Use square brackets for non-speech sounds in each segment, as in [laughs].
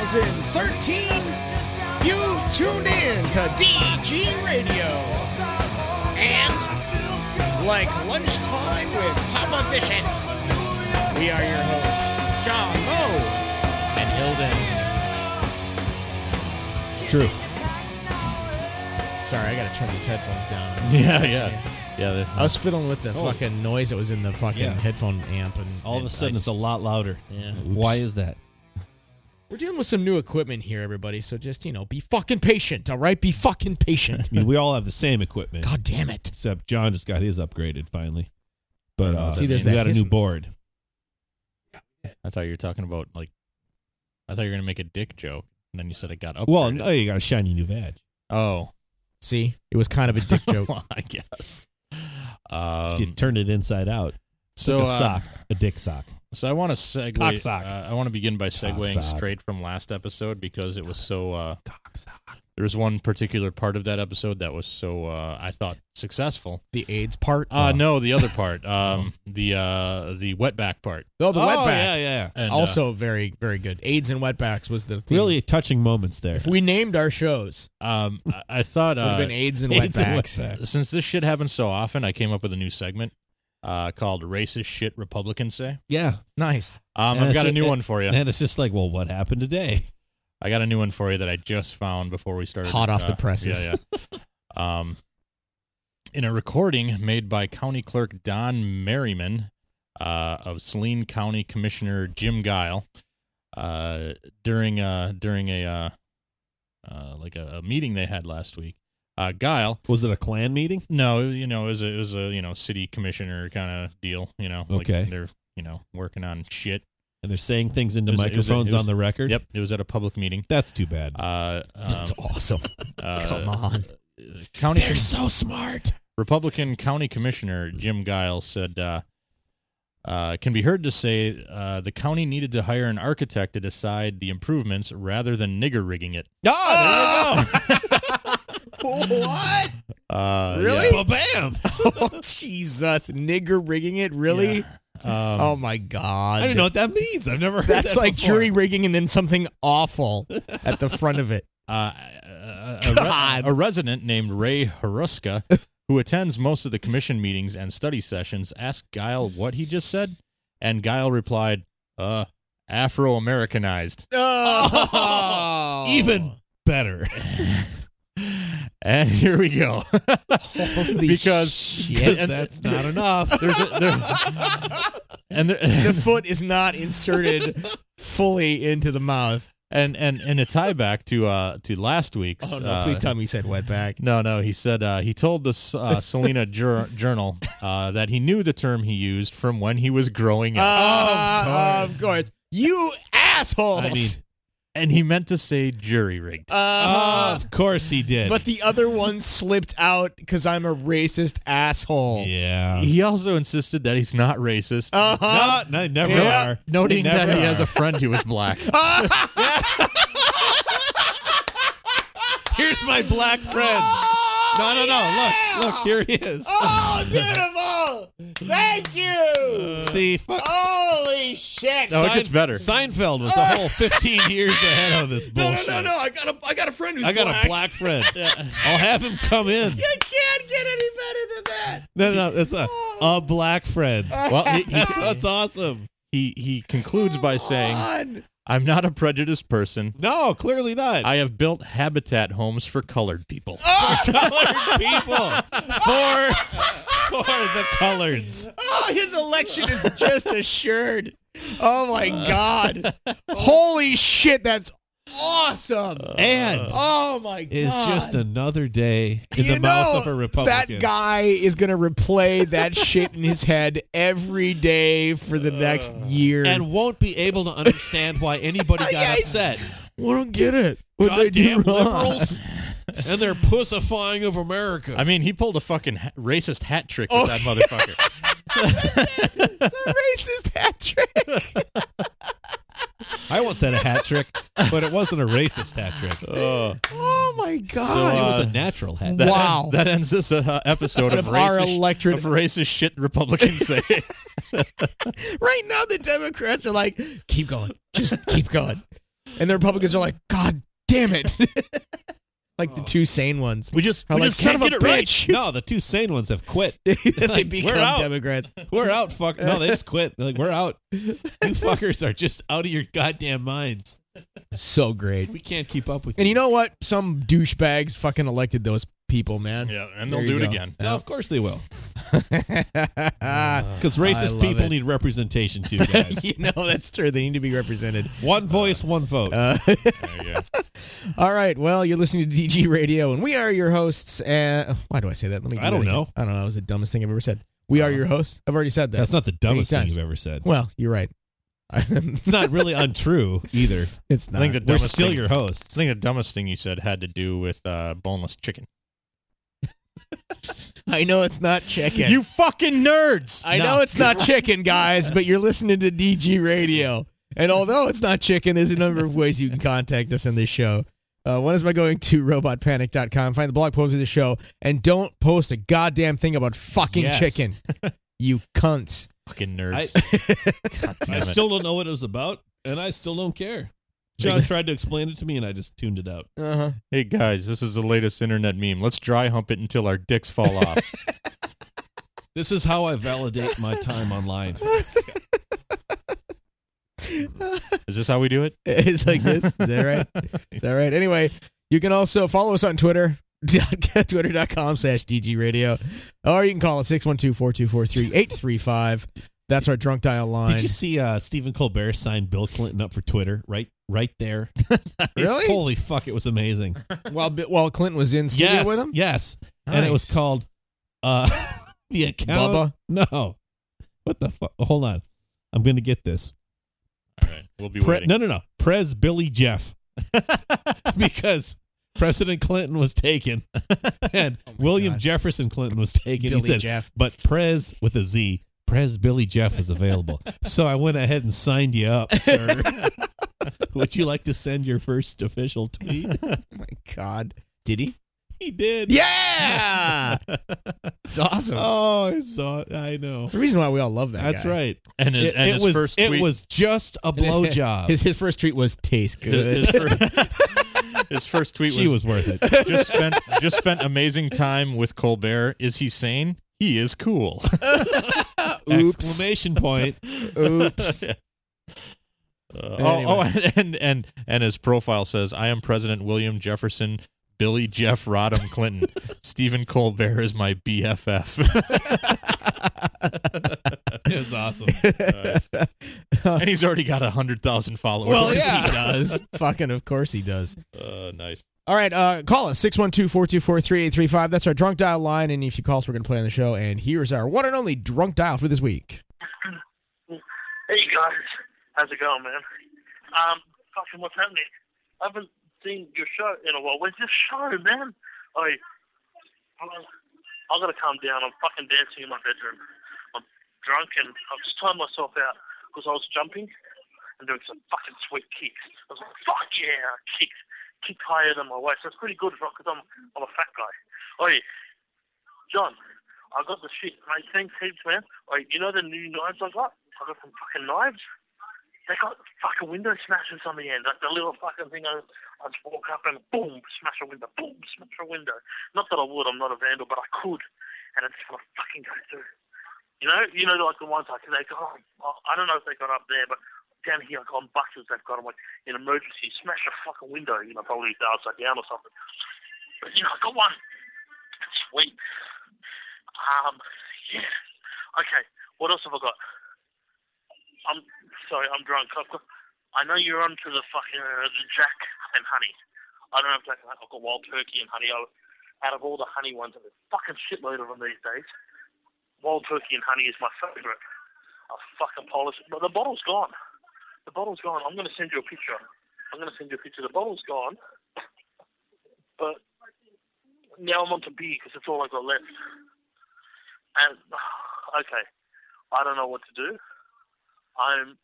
2013. You've tuned in to DG Radio. And like lunchtime with Papa Vicious, we are your hosts, John Moe and Hilden. It's true. Sorry, I gotta turn these headphones down. [laughs] Yeah, yeah, yeah. the- I was fiddling with the fucking noise that was in the fucking Yeah. headphone amp, and all of a and I sudden, it's just- a lot louder. Yeah. Why is that? We're dealing with some new equipment here, everybody. So just you know, be fucking patient. All right, be fucking patient. I mean, [laughs] we all have the same equipment, God damn it! except John just got his upgraded finally. But uh, See, there's we that got a hissing. new board. I thought you were talking about like, I thought you were gonna make a dick joke, and then you said it got up. Well, no, you got a shiny new badge. oh, [laughs] See, it was kind of a dick joke. I guess. you Um, turned it inside out. so, a uh, sock, a dick sock. so I want to segue. Cock sock. Uh, I want to begin by segueing sock. straight from last episode because it was so. Uh, Cock sock. there was one particular part of that episode that was so uh, I thought successful. the AIDS part. Uh, no, the [laughs] other part, um, the uh, the wetback part. oh, the oh, wetback. yeah, yeah. And, uh, also very, very good. AIDS and wetbacks was the theme. Really touching moments there. [laughs] If we named our shows, um, I, I thought it would uh, have been AIDS and AIDS and wetbacks. wetback. since this shit happens so often, I came up with a new segment uh, called "Racist Shit Republicans Say." Yeah, Nice. Um, And I've it's got a ju- new one for you. and it's just like, well, what happened today? I got a new one for you that I just found before we started. Hot off the presses. Yeah, [laughs] yeah. um, in a recording made by County Clerk Don Merriman uh, of Saline County Commissioner Jim Guile uh, during uh, during a uh, uh, like a, a meeting they had last week, uh, Guile. Was it a clan meeting? No, you know, it was a, it was a you know city commissioner kind of deal. You know, Okay. like they're you know working on shit. And they're saying things into It was- it was- it microphones was- on the record. Yep, it was at a public meeting. that's too bad. Uh, um, That's awesome. uh, Come [laughs] on. County so smart. Republican County Commissioner Jim Guile said, uh, uh, "Can be heard to say uh, the county needed to hire an architect to decide the improvements rather than nigger rigging it." Ah, Oh, [laughs] what? [laughs] Uh, Really? there you yeah. go. bam! [laughs] Oh, Jesus. Nigger rigging it? Really? Um, Oh, my God. I don't know what that means. I've never heard That's [laughs] that like before. jury rigging and then something awful at the front of it. uh, a, a- a, God. re- a resident named Ray Haruska, who attends most of the commission meetings and study sessions, asked Guile what he just said, and Guile replied, "Uh, [laughs] Afro-Americanized." [laughs] Oh. Even better. [laughs] And here we go. Holy [laughs] because shit. and- that's not enough. [laughs] There's a, there, and there, [laughs] the foot is not inserted fully into the mouth. and and and a tie back to uh to last week's. Oh no! uh, please tell me you said wetback. No, no. He said uh, he told the S- uh, Selena Jour- Journal uh, that he knew the term he used from when he was growing up, Uh, of, course. you assholes. I mean, and he meant to say jury rigged. Uh, of course he did. but the other one slipped out because I'm a racist asshole. yeah, he also insisted that he's not racist, Uh-huh. Uh, no, no, never Yeah. are. noting They never that he are. has a friend who is black. Here's my black friend. No, no, no. Look, look. Here he is. Oh, beautiful! Thank you. See, fuck. Holy shit! No, it gets better. Seinfeld was a whole 15 years ahead of this no, no, bullshit. no, no! I got a, I got a friend who's I got a black friend. I'll have him come in. You can't get any better than that. No, no, no. It's a a black friend. Well, he, he, That's, that's awesome. he he concludes by saying, On. "I'm not a prejudiced person. No, clearly not. I have built habitat homes for colored people." Oh, colored people for for the [laughs] coloreds. Oh, his election [laughs] is just assured. Oh my Uh. [laughs] god! Holy shit! That's awesome. And Oh my god! Uh. it's just another day in You the mouth know, of a Republican. That guy is gonna replay [laughs] that shit in his head every day for the next year. Uh. and won't be able to understand why anybody got Yeah, upset. we don't get it. What they do Goddamn wrong. [laughs] liberals and their pussifying of America. I mean, he pulled a fucking ha- racist hat trick Oh. with [laughs] that motherfucker. It's a racist hat trick. [laughs] I once had a hat trick, but it wasn't a racist hat trick. [laughs] Oh my it god! was a natural hat. That- trick. Wow. Uh, that ends this uh, episode of, Of our racist, electorate- of racist shit [laughs] Republicans say. [laughs] right now, the Democrats are like, keep going, just keep going. and the Republicans are like, God damn it. [laughs] like the Oh. two sane ones. We just, Are we like, just "Son can't of a get it right. bitch!" [laughs] No, the two sane ones have quit. [laughs] they [laughs] Like, become we're out. [laughs] Democrats. We're out. Fuck. No, they just quit. They're like, we're out. You fuckers are just out of your goddamn minds. So great. We can't keep up with And you. you know what? Some douchebags fucking elected those people, man. Yeah, and they'll There do you it go. again. no, of course they will. [laughs] you Because I racist love people it. need [laughs] representation too, guys. know, that's true. They need to be represented. one voice, one vote. Uh, There you go. all right. Well, you're listening to DG Radio, and we are your hosts. And oh, why do I say that? Let me. do I that don't again. know. Uh-huh. I don't know. That was the dumbest thing I've ever said. We are your hosts. I've already said that. That's not the dumbest thing times. you've ever said. well, you're right. [laughs] It's not really untrue either. it's I not. think the We're dumbest still thing, your I hosts. think the dumbest thing you said had to do with uh, boneless chicken. I know it's not chicken. You fucking nerds. I No. know it's not chicken, guys, but you're listening to DG Radio. And although it's not chicken, there's a number of ways you can contact us in this show. Uh, one is by going to robotpanic.com, find the blog post of the show, and don't post a goddamn thing about fucking Yes. [laughs] chicken. You cunts. fucking nerds. [laughs] God damn I it. still don't know what it was about, and I still don't care. John tried to explain it to me, and I just tuned it out. Uh-huh. hey guys, this is the latest internet meme. Let's dry hump it until our dicks fall off. [laughs] This is how I validate my time [laughs] online. is this how we do it? It's like this. Is that right? Is that right? Anyway, you can also follow us on Twitter. [laughs] Twitter.com slash DG Radio. Or you can call it 612 424 3835. That's our drunk dial line. Did you see uh, Stephen Colbert sign Bill Clinton up for Twitter? Right, right there. [laughs] Really? Holy fuck! It was amazing. while Bi- while Clinton was in studio yes, with him, yes. And it was Nice. Oh, called uh, [laughs] the account. Bubba. No, what the fuck? Hold on, I'm gonna get this. All right, we'll be Pre- waiting. no, no, no. Pres Billy Jeff. [laughs] because President Clinton was taken [laughs] and Oh my William God. Jefferson Clinton was taken. Billy he said, Jeff. but Prez with a Z, Prez Billy Jeff [laughs] is available. so I went ahead and signed you up, sir. Would you like to send your first [laughs] official tweet? Oh my God, did he? he did. [laughs] Yeah, it's awesome. Oh, I saw it. I know. That's the reason why we all love that. That's guy. right. And his, It, and it his was first it tweet, was just a blowjob. His his first tweet was "Taste good." [laughs] [laughs] [laughs] his, his fir- his first tweet she was, was worth it. just spent just spent amazing time with Colbert. Is he sane? He is cool. Oops. Exclamation point. Oops. [laughs] Uh, oh, oh, [laughs] and and and his profile says, "I am President William Jefferson, Billy Jeff Rodham [laughs] Clinton. Stephen Colbert is my [laughs] BFF." It was awesome. [laughs] and he's already got hundred thousand followers. Well, yeah. He does. [laughs] Fucking, of course he does. [laughs] Uh, nice. All right, uh, call us 612-424-3835. That's our drunk dial line, and if you call us, we're gonna play on the show. And here's our one and only drunk dial for this week. Hey guys, how's it going, man? Um, fucking what's happening? I haven't seen your show in a while. Where's your show, man? I, I gotta calm down. I'm fucking dancing in my bedroom. I'm drunk and I've just timed myself out because I was jumping and doing some fucking sweet kicks. I was like, fuck yeah, I kicked, kicked higher than my waist. That's pretty good because I'm, I'm a fat guy. Oi, John, I got the shit, mate. Thanks heaps, man. Like, you know the new knives I got? I got some fucking knives. They got fucking window smashers on the end. Like the little fucking thing I, I just walk up and boom, smash a window. Boom, smash a window. Not that I would, I'm not a vandal, but I could. And it's gonna fucking go through. You know, you know, like the ones like they got. I don't know if they got up there, but down here, like on buses, they've got them like in emergency, smash a fucking window. You know, probably go upside down or something. But you know, I got one. Sweet. Um, yeah. Okay. What else have I got? I'm sorry. I'm drunk. I've got, I know you're on to the fucking uh, the Jack and honey. I don't have Jack and honey. I've got wild turkey and honey. I, out of all the honey ones, there's a fucking shitload of them these days. Wild turkey and honey is my favorite. I fucking polish, but the bottle's gone. The bottle's gone. I'm gonna send you a picture. I'm gonna send you a picture. The bottle's gone, but now I'm on to beer because it's all I got left. And [sighs] okay, I don't know what to do. I'm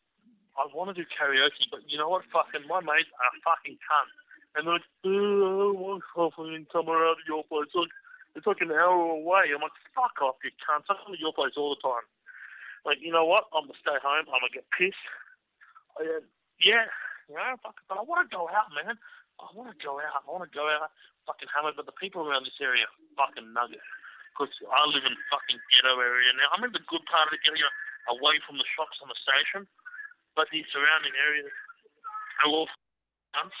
I want to do karaoke, but you know what? Fucking my mates are fucking cunt, and they're like, "Oh, I want something somewhere out of your place. Like, it's like an hour away. I'm like, fuck off, you cunt. I'm at your place all the time. Like, you know what? I'm gonna stay home. I'm gonna get pissed. I, uh, yeah, You know, fucking, but I want to go out, man. I want to go out. I want to go out, fucking hammer. But the people around this area, fucking nugget. Because I live in fucking ghetto area now. I'm in the good part of the ghetto, away from the shops on the station. But the surrounding areas are all cunts.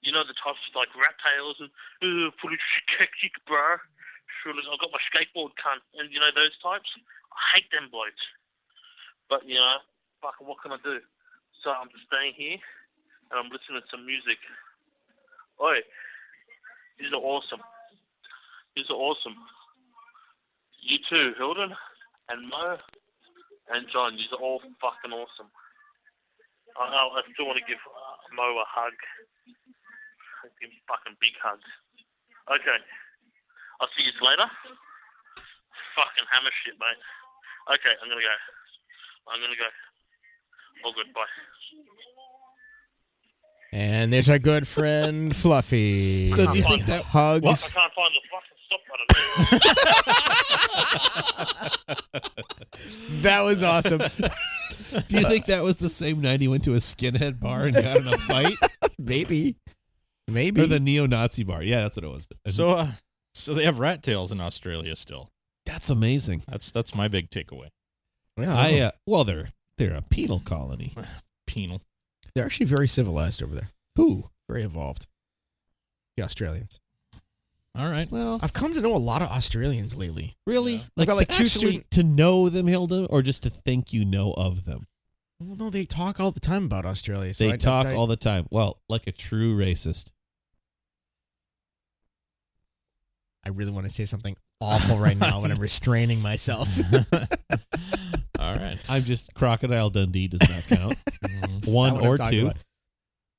You know the types of like rat tails and ooh, put it hectic, bro. Sure, I got my skateboard cunt, and you know those types. I hate them blokes. But you know, fucking, what can I do? So I'm just staying here, and I'm listening to some music. Oi, these are awesome. These are awesome. You too, Hilden, and Mo, and John. These are all fucking awesome. I, I, I still want to give uh, Mo a hug. Give him a fucking big hug. Okay. I'll see you later. Fucking hammer shit, mate. Okay, I'm gonna go. I'm gonna go. All good, bye. And there's our good friend Fluffy. So do you Oh, think that hugs? I can't find the fucking stop button. That was awesome. [laughs] do you think that was the same night he went to a skinhead bar and got in [laughs] a fight? Maybe, maybe. or the neo Nazi bar. Yeah, that's what it was. So, uh, so they have rat tails in Australia still. that's amazing. That's that's my big takeaway. Yeah, I I don't know. uh, well they're they're a penal colony. Penal. they're actually very civilized over there. Who? Very evolved. The Australians. All right. Well, I've come to know a lot of Australians lately. really? Yeah. I've got, like, to two actually- student- to know them, Hilda, or just to think you know of them. Well, no, they talk all the time about Australia. So they I- talk I- all the time. Well, like a true racist. I really want to say something awful right now, [laughs] but I'm restraining myself. All right. I'm just crocodile Dundee does [laughs] not count. Mm. One Not Mm-hmm. what I'm or talking two. about.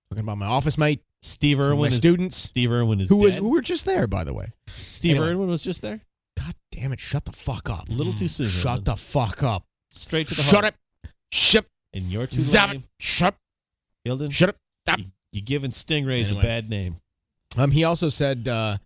Talking about my office mate, Steve some of my Irwin is students, Steve Irwin is who was dead. who were just there, by the way. Steve Anyway. Irwin was just there. God damn it! Shut the fuck up! A little too soon. Mm. Shut Hilda. the fuck up! Straight to the Shut heart. up! Shut And you're too zap it! lame, Shut Hilden. shut up! You're giving stingrays Anyway. a bad name. Um, he also said uh,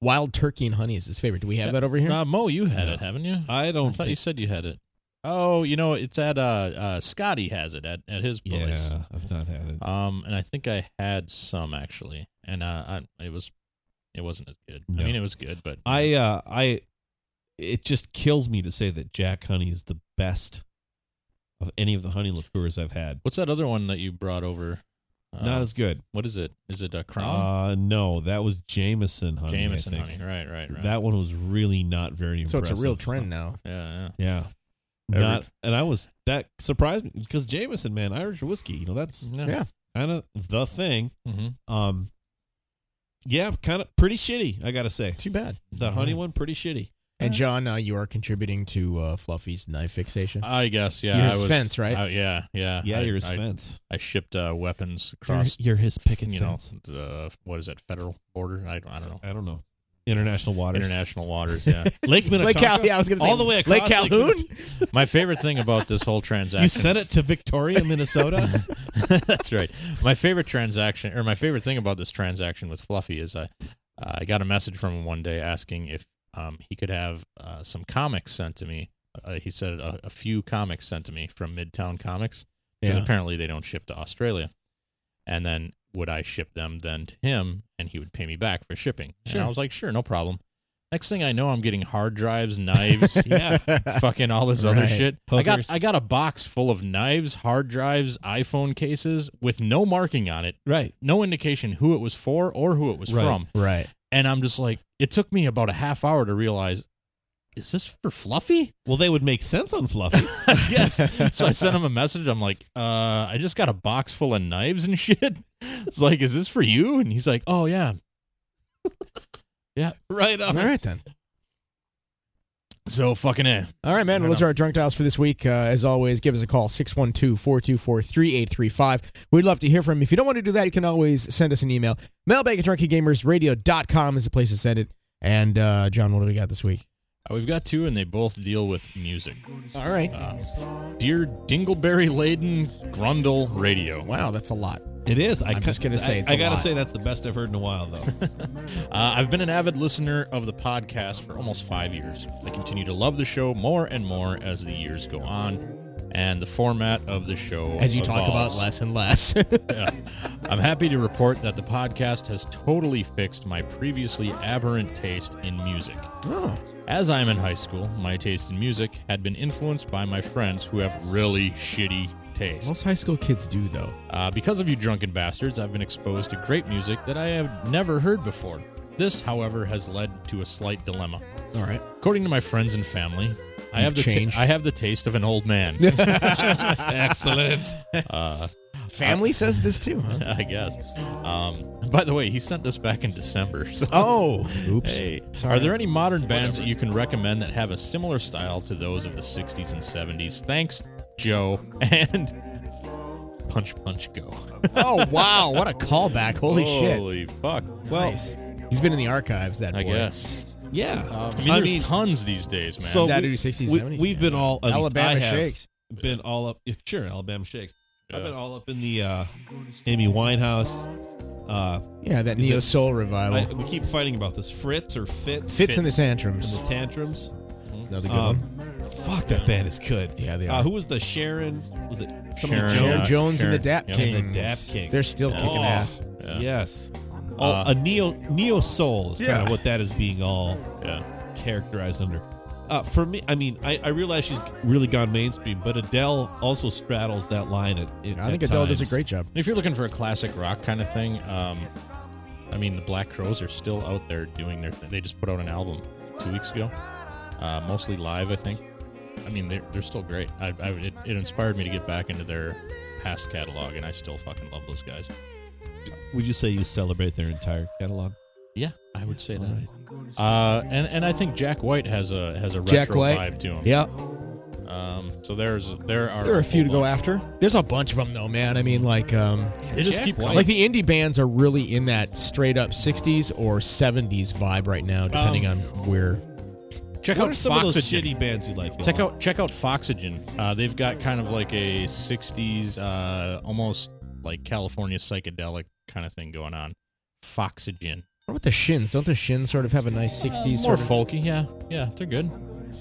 wild turkey and honey is his favorite. Do we have Yeah. that over here? Uh, Mo, you had No. it, haven't you? I I don't thought think you said you had it. Oh, you know, it's at uh, uh Scotty has it at, at his Yeah, place. I've not had it. Um, and I think I had some actually, and uh, I, it was, it wasn't as good. No. I mean, it was good, but I uh I it just kills me to say that Jack Honey is the best of any of the honey liqueurs I've had. what's that other one that you brought over? Uh, Not as good. what is it? Is it a crown? Uh no, that was Jameson Uh, honey. I Jameson think. honey. Right, right, right. That one was really not very so impressive. it's a real trend now. yeah, yeah. Yeah. Every- Not and I was that surprised me because Jameson, man, Irish whiskey, you know, that's No. Yeah. kind of the thing. Mm-hmm. Um yeah, kind of pretty shitty, I got to say. Too bad. The honey one pretty shitty. And John, uh, you are contributing to uh, Fluffy's knife fixation. I guess. Yeah. You're I his was- fence, right? I- yeah, yeah. Yeah, I, you're his I, fence. I shipped uh, weapons You're, across. you're his picket you fence. know, the, what is that? Federal border? I, I don't know. I don't know. International waters. International waters. Yeah. [laughs] Lake Lake Minnetonka. Cal- yeah, I was gonna say all the way across Lake Calhoun. Minnetonka. My favorite thing about this whole transaction. you sent it to Victoria, Minnesota. [laughs] That's right. My favorite transaction, or my favorite thing about this transaction with Fluffy is I, uh, I got a message from him one day asking if um, he could have uh, some comics sent to me. Uh, he said a, a few comics sent to me from Midtown Comics because Yeah. apparently they don't ship to Australia. And then would I ship them then to him, and he would pay me back for shipping? And Sure. I was like, sure, no problem. Next thing I know, I'm getting hard drives, [laughs] knives, fucking all this other Right. shit. Hookers. I got I got a box full of knives, hard drives, iPhone cases with no marking on it, right. no indication who it was for or who it was Right. from. right. And I'm just like, it took me about a half hour to realize, is this for Fluffy? [laughs] Well, they would make sense on Fluffy. yes. So I sent him a message. I'm like, uh, I just got a box full of knives and [laughs] shit. It's like, is this for you? And he's like, oh yeah. right All on. right then. So fucking eh. All right, man. I Well, those know. are our drunk dials for this week. Uh, as always, give us a call, 612 424 3835. We'd love to hear from you. If you don't want to do that, you can always send us an email. Mailbag at drunkygamersradio.com is the place to send it. And, uh, John, what do we got this week? Uh, We've got two, and they both deal with music. All right. Uh, Dear Dingleberry Laden Grundle Radio. Wow, that's a lot. It is. I I'm cou- just gonna say I- it's I a gotta lot. say that's the best I've heard in a while, though. Uh, I've been an avid listener of the podcast for almost five years. I continue to love the show more and more as the years go on. and the format of the show. as you talk about evolves. less and less. Yeah. I'm happy to report that the podcast has totally fixed my previously aberrant taste in music. oh, As I'm in high school, my taste in music had been influenced by my friends who have really shitty taste. most high school kids do though. Uh, because of you drunken bastards, I've been exposed to great music that I have never heard before. This, however, has led to a slight dilemma. All right. According to my friends and family, I You've have the ta- changed. I have the taste of an old [laughs] man. Excellent. uh, Family says this too, huh? [laughs] I guess. Um, by the way, he sent this back in December. [laughs] So. [laughs] Oh, oops. Hey, Sorry. are there any modern bands that you can recommend that have a similar style to those of the 60s and 70s? Thanks, Joe. [laughs] And Punch Punch Go. Oh wow, what a callback! Holy Oh, shit. Holy fuck. Well, he's been in the archives. That I boy. guess. Yeah. I mean, there's tons these days, man. so That we, dude, 60s, we, 70s, have been all at least I Alabama have shakes. Been all up. yeah, Sure, Alabama shakes. I've Yeah. been all up in the uh, Amy Winehouse. Uh, Yeah, that Is it- neo soul revival. I, we keep fighting about this. Fritz or Fitz? Fits in Oh. the In tantrums. the tantrums. Another good one. Um, fuck, that band is good. Yeah, they Uh, are. who was the Sharon? Was it Sharon, Sharon uh, Jones and the Sharon- Dap yeah, Kings. the Dap Kings. They're still Yeah. kicking Oh. ass. Yeah. Yes. Oh, Uh, a neo neo soul is kind Yeah. of what that is being all Yeah. characterized under. Uh, for me, I mean, I, I realize she's really gone mainstream, but Adele also straddles that line. At, at- I think at Adele does a times. great job. If you're looking for a classic rock kind of thing, um, I mean, the Black Crows are still out there doing their thing. They just put out an album two weeks ago, uh, mostly live, I think. I mean, they're, they're still great. I, I, it, it inspired me to get back into their past catalog, and I still fucking love those guys. Would you say you celebrate their entire catalog? Yeah, I would say that. Uh, and and I think Jack White has a has a retro Jack White. vibe to him. Yeah, Um, so there's there are there are a few to whole go bunch. after. There's a bunch of them though, man. I mean, like, um, They just Jack keep White. coming. like the indie bands are really in that straight up '60s or '70s vibe right now, depending Um, on where. check What out are some of those Foxygen. shitty bands you like? Check Yolan? out check out Foxygen. Uh, they've got kind of like a '60s, uh, almost like California psychedelic kind of thing going on. Foxygen, What about the Shins? Don't the Shins sort of have a Uh, nice '60s more sort of? folky. Yeah, yeah, they're good.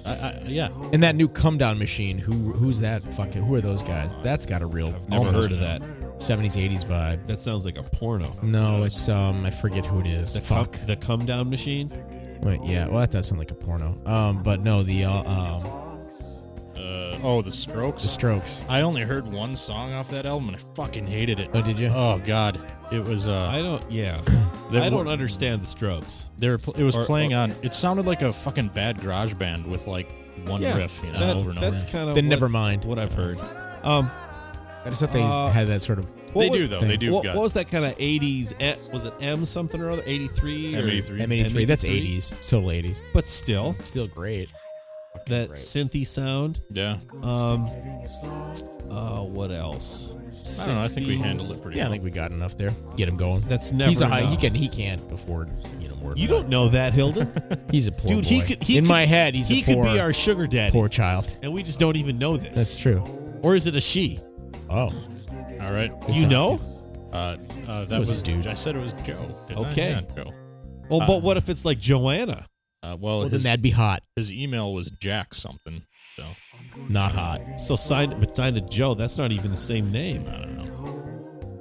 I, I, yeah, And that new Come Down Machine. Who who's that? Fucking who are those guys? That's got a real I've never almost heard of that. '70s '80s vibe. That sounds like a porno. No, it's um, I forget who it is. The Fuck. Come, the come down machine. Wait, yeah. Well, that does sound like a porno. Um, but no, the uh, um, uh, oh, the Strokes. the Strokes. I only heard one song off that album, and I fucking hated it. Oh, did you? Oh God, it was uh, I don't. Yeah, They I don't were- understand the Strokes. they were pl- it was Or- oh. playing or- on. It sounded like a fucking bad garage band with like one yeah, riff, you know, that- over and over. that's kind of then never mind. what I've heard. Um, I just thought they Uh, had that sort of. what They do, was- though. They do What, got- what was that kind of '80s? eh, Was it M something or other? '83 or M83. M83. That's M83. 80s. It's total 80s. But still, Still great. that synthy sound. Yeah, Um, uh, what else? I don't know. I think we handled it pretty Yeah, I well. think we got enough there. Get him going. That's never. he's a high. enough. He can. He can't afford. You know more. than You don't know that, Hilda. that. He's a poor Dude, he boy. could- he In could- my head, [laughs] he's he a poor, could be our sugar daddy, poor child. and we just don't even know this. That's true. or is it a she? Oh, All right. Do you not- know? Uh, uh, that It was was, a dude. I said it was Joe. didn't I? Okay. Yeah, Joe. Well, Uh, but what if it's like Joanna? Uh, well, well, then his, that'd be hot. his email was Jack something. So Not hot. So signed, but signed to Joe. That's not even the same name. I don't know.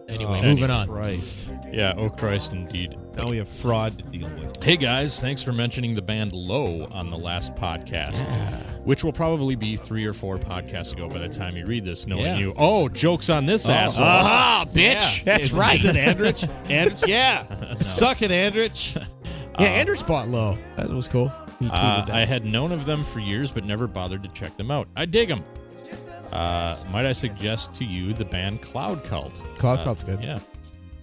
Anyway, Oh, moving on. Christ. Yeah. Oh Christ, indeed. Now we have fraud to deal with. Hey guys, thanks for mentioning the band Low on the last podcast, which will probably be three or four podcasts ago by the time you read this. Knowing Yeah. you, oh, jokes on this asshole. Aha, bitch. Yeah. That's Is- right. Is it Andrich? [laughs] Andrich? Yeah. Suck it, Andrich. yeah, Andrew's bought low. That was cool. He tweeted Uh, that. I had known of them for years, but never bothered to check them out. I dig them. Uh, might I suggest to you the band Cloud Cult? Cloud Uh, Cult's good. Yeah.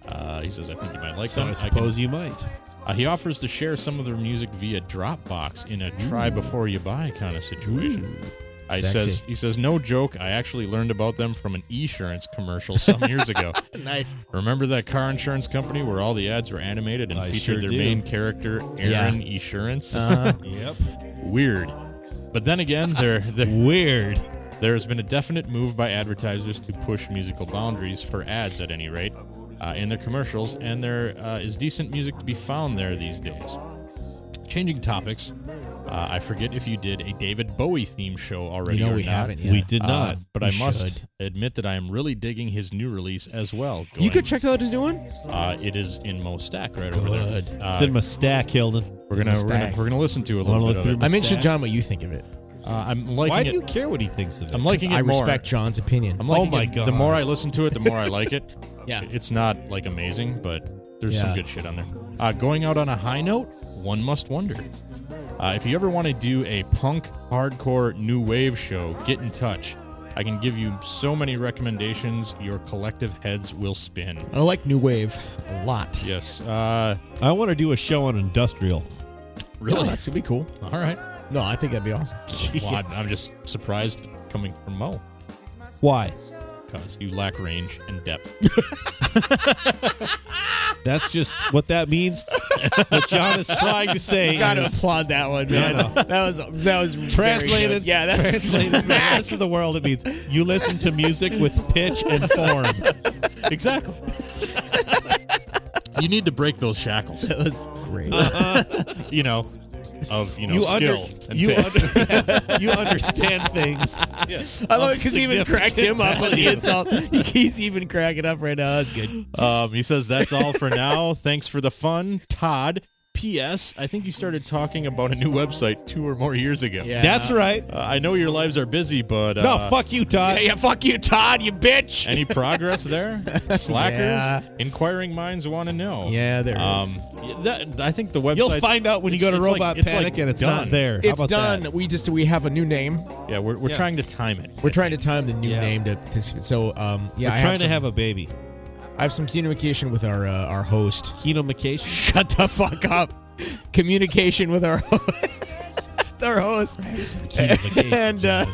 Uh, he says, I think you might like so them. I can- suppose you might. Uh, he offers to share some of their music via Dropbox in a try before you buy kind of situation. I Sexy. says he says no joke. I actually learned about them from an insurance commercial some [laughs] years ago. Nice. Remember that car insurance company where all the ads were animated and I featured sure their do. Uh-huh. main character Yeah. Aaron Insurance? Uh, [laughs] Yep. Weird. But then again, [laughs] there there Weird. there has been a definite move by advertisers to push musical boundaries for ads, at any rate, uh, in their commercials, and there uh, is decent music to be found there these days. Changing topics, Uh, I forget if you did a David Bowie theme show already. You know or we not. haven't yet. We did Uh, not. but We I must should. admit that I am really digging his new release as well. you Going- could check out his new one. Uh, it is in Mo Stack right over Good. there. Uh, It's in my stack, Hilden. we're gonna we're gonna Stack. we're gonna listen to a Wanna little look bit of through it. my- I mentioned Stack. John what you think of it. Uh, I'm liking Why do it. you care what he thinks of it? I'm liking it I more. respect John's opinion. I'm liking Oh my it. God. The more I listen to it, the more I like it. Yeah. It's not like amazing, but there's Yeah. some good shit on there. Uh, going out on a high note, one must wonder. Uh, if you ever want to do a punk, hardcore, new wave show, get in touch. I can give you so many recommendations, your collective heads will spin. I like New Wave a lot. Yes. Uh, I want to do a show on industrial. No, really? [laughs] that's gonna Oh, be cool. All right. No, I think that'd be awesome. Well, I'm, I'm just surprised coming from Mo Why? because you lack range and depth. That's just what that [laughs] means. what John is trying to say. You gotta is- applaud that one, man. that was that was very good. Translated- Yeah, that's translated to the rest of the world, it means you listen to music with pitch and form. [laughs] exactly. [laughs] you need to break those shackles. that was great. [laughs] you know, of you know You, under, skill and you, taste. [laughs] under, you understand things. I love it because of he even cracked him up with the significant [laughs] insult. He's even cracking up right now. That's good. um, he says that's all for now. Thanks for the fun, Todd. P.S. I think you started talking about a new website two or more years ago. Yeah. That's right. Uh, I know your lives are busy, but uh, No, fuck you, Todd. Hey, yeah, fuck you, Todd, you bitch. any progress there? [laughs] Slackers, Yeah. inquiring minds want to Oh. know. yeah, there. it Uh, is. Um, that, I think the website. You'll find out when you it's- go to it's like- Robot it's like Panic and it's done. not there. How it's about done. that? We just we have a new name. Yeah, we're, we're Yeah. trying to time it. We're trying to time the new Yeah. name to, to so um yeah. We're I trying have to some, have a baby. I have some communication with our uh, our host. [laughs] Kinomication. Shut the fuck up. communication with our with [laughs] our host. [laughs] and uh,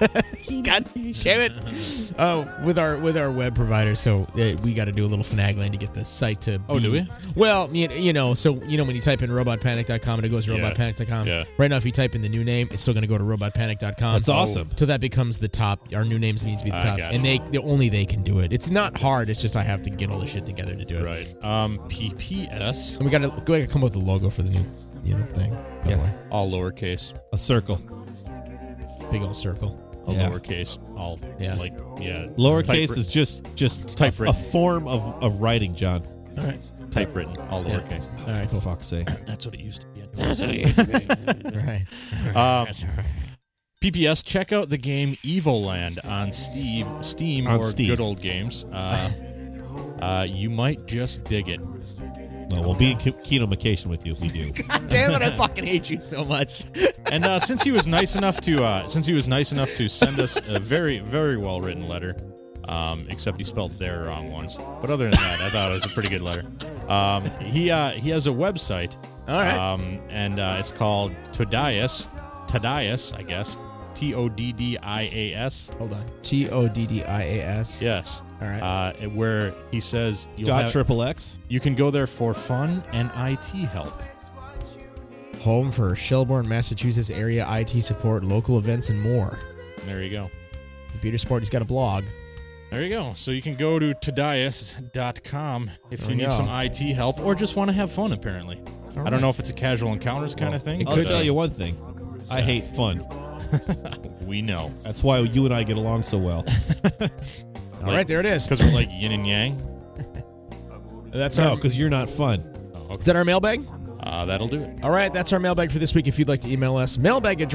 God damn it, uh, with our with our web provider, so uh, we got to do a little finagling to get the site to. Oh, be- do we? Well, you, you know, so you know when you type in robotpanic.com and it goes to Yeah. robotpanic.com. Yeah. Right now, if you type in the new name, it's still going to go to robotpanic.com. That's awesome. Oh. So that becomes the top. Our new names needs to be the I top, gotcha. and they they- only they can do it. It's not hard. It's just I have to get all the shit together to do it. Right. Um, PPS, And we got to go come up with a logo for the new you know thing. By the way. all lowercase. A circle. Big old circle. all Yeah. lowercase, all Yeah. like yeah, Lowercase typewri- is just just type a, Typewritten. form of, of writing, John. typewritten, all Yeah. lowercase. All right, [laughs] cool. Oh, Fuck's sake. That's what it used to be. All right. Um, PPS, check out the game Evil Land on Steve, Steam, On or Steam. Good Old Games. Uh, uh, you might just dig it. No, we'll be in ke- Kinomication with you if [laughs] we do. Damn it! I fucking hate you so much. And uh, since he was nice enough to, uh, since he was nice enough to send us a very, very well written letter, um, except he spelled their wrong once. But other than that, I thought it was a pretty good letter. Um, he uh, he has a website. All right. Um, and uh, it's called Todias, Todias, I guess. T O D D I A S. Hold on. T O D D I A S. Yes. All right. Uh, where he says you'll Dot have- triple X. you can go there for fun and IT help. Home for Shelbourne, Massachusetts area IT support, local events, and more. There you go. Computer support. He's got a blog. There you go. So you can go to todias.com if There you need we go. some IT help or just want to have fun, apparently. I don't know if it's a casual encounters kind of thing. it I'll could but, tell uh, you one thing. I hate fun. We know. That's why you and I get along so well. All right, there it is. Because we're like yin and yang. [laughs] That's No, our. because you're not fun. Is that our mailbag? Uh, that'll do it. All right, that's our mailbag for this week. If you'd like to email us, mailbag at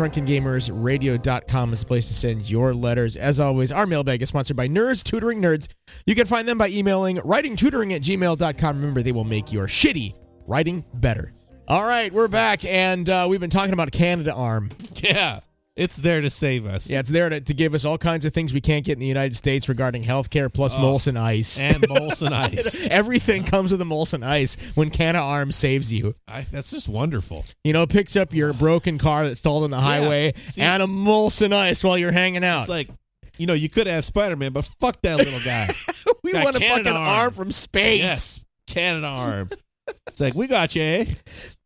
drunkengamersradio.com is the place to send your letters. As always, our mailbag is sponsored by Nerds Tutoring Nerds. You can find them by emailing writingtutoring at gmail.com. Remember, they will make your shitty writing better. All right, we're back, and uh, we've been talking about Canada Arm. Yeah. It's there to save us. Yeah, it's there to, to give us all kinds of things we can't get in the United States regarding healthcare plus Molson Ice. And Molson Ice. [laughs] Everything comes with a Molson Ice when Canada Arm saves you. I, that's just wonderful. You know, picks up your broken car that's stalled on the highway See- and a Molson Ice while you're hanging out. It's like, you know, you could have Spider Man, but fuck that little [laughs] guy. we got want a Canada fucking arm. arm. from space. yes. Canada arm. It's like, we got you, eh?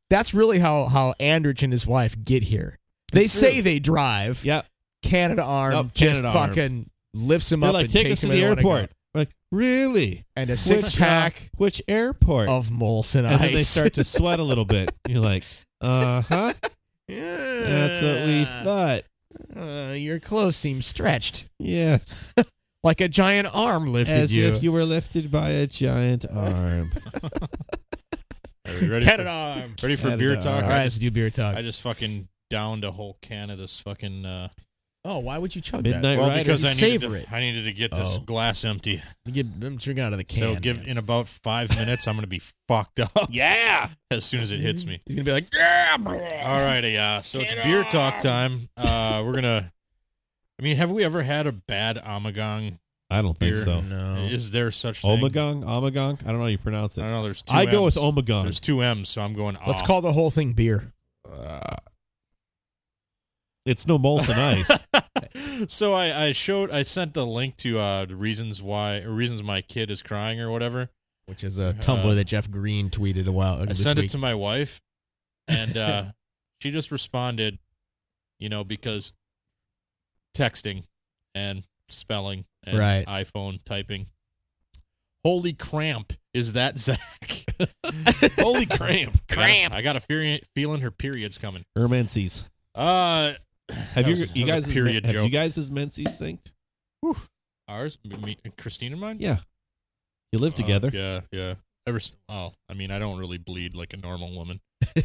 That's really how how Andrich and his wife get here. They say they drive. Yep. Canada Arm Nope, just Canada Arm. fucking lifts him They're up like, and take us takes to him where the they wanna go. airport. We're like, really? [laughs] And a six pack Which airport? Oh, of Molson and Ice. [laughs] [laughs] then they start to sweat a little bit. You're like, uh huh. That's what [laughs] we thought. Uh, your clothes seem stretched Yes. like a giant arm lifted As you. if you were lifted by a giant arm. Are we ready Cut for, it [laughs] arm. Ready for Cut it beer off. talk? All I right, let's just, do beer I talk. just fucking downed a whole can of this fucking. Uh, Oh, why would you chug Midnight well, Rider. because I needed, Savor to, it. I needed to get this Oh. glass empty. that? Get, I'm drinking out of the can. so [laughs] give in about five minutes, I'm gonna be fucked up. Yeah, [laughs] as soon as it hits me. He's gonna be like, yeah. All righty, uh, so it's beer talk time. Uh, we're gonna. I mean, have we ever had a bad omagong? I don't think Beer. so. No. Is there such thing? Omagong? Omagong? I don't know how you pronounce I it. don't know. There's. Two I go with M's. There's Omagong. two M's, so I'm going. Let's ah. [laughs] call the whole thing beer. It's no molten [laughs] ice. so I, I showed I sent the link to uh the reasons why or reasons my kid is crying or whatever. Which is a Tumblr Uh, that Jeff Green tweeted a while ago. I this sent it week. to my wife and uh [laughs] she just responded, you know, because texting and spelling and Right. iPhone typing. Holy cramp is [laughs] that [laughs] Zach? Holy cramp. Cramp. I got a fear, feeling her period's coming. Hermanses. Uh Have that you was- you that was guys a period have joke. you guys as menses synced? Ours? Me, Christine and mine? Yeah. You live Oh, together. yeah, yeah. Ever. s- Oh, I mean, I don't really bleed like a normal woman. How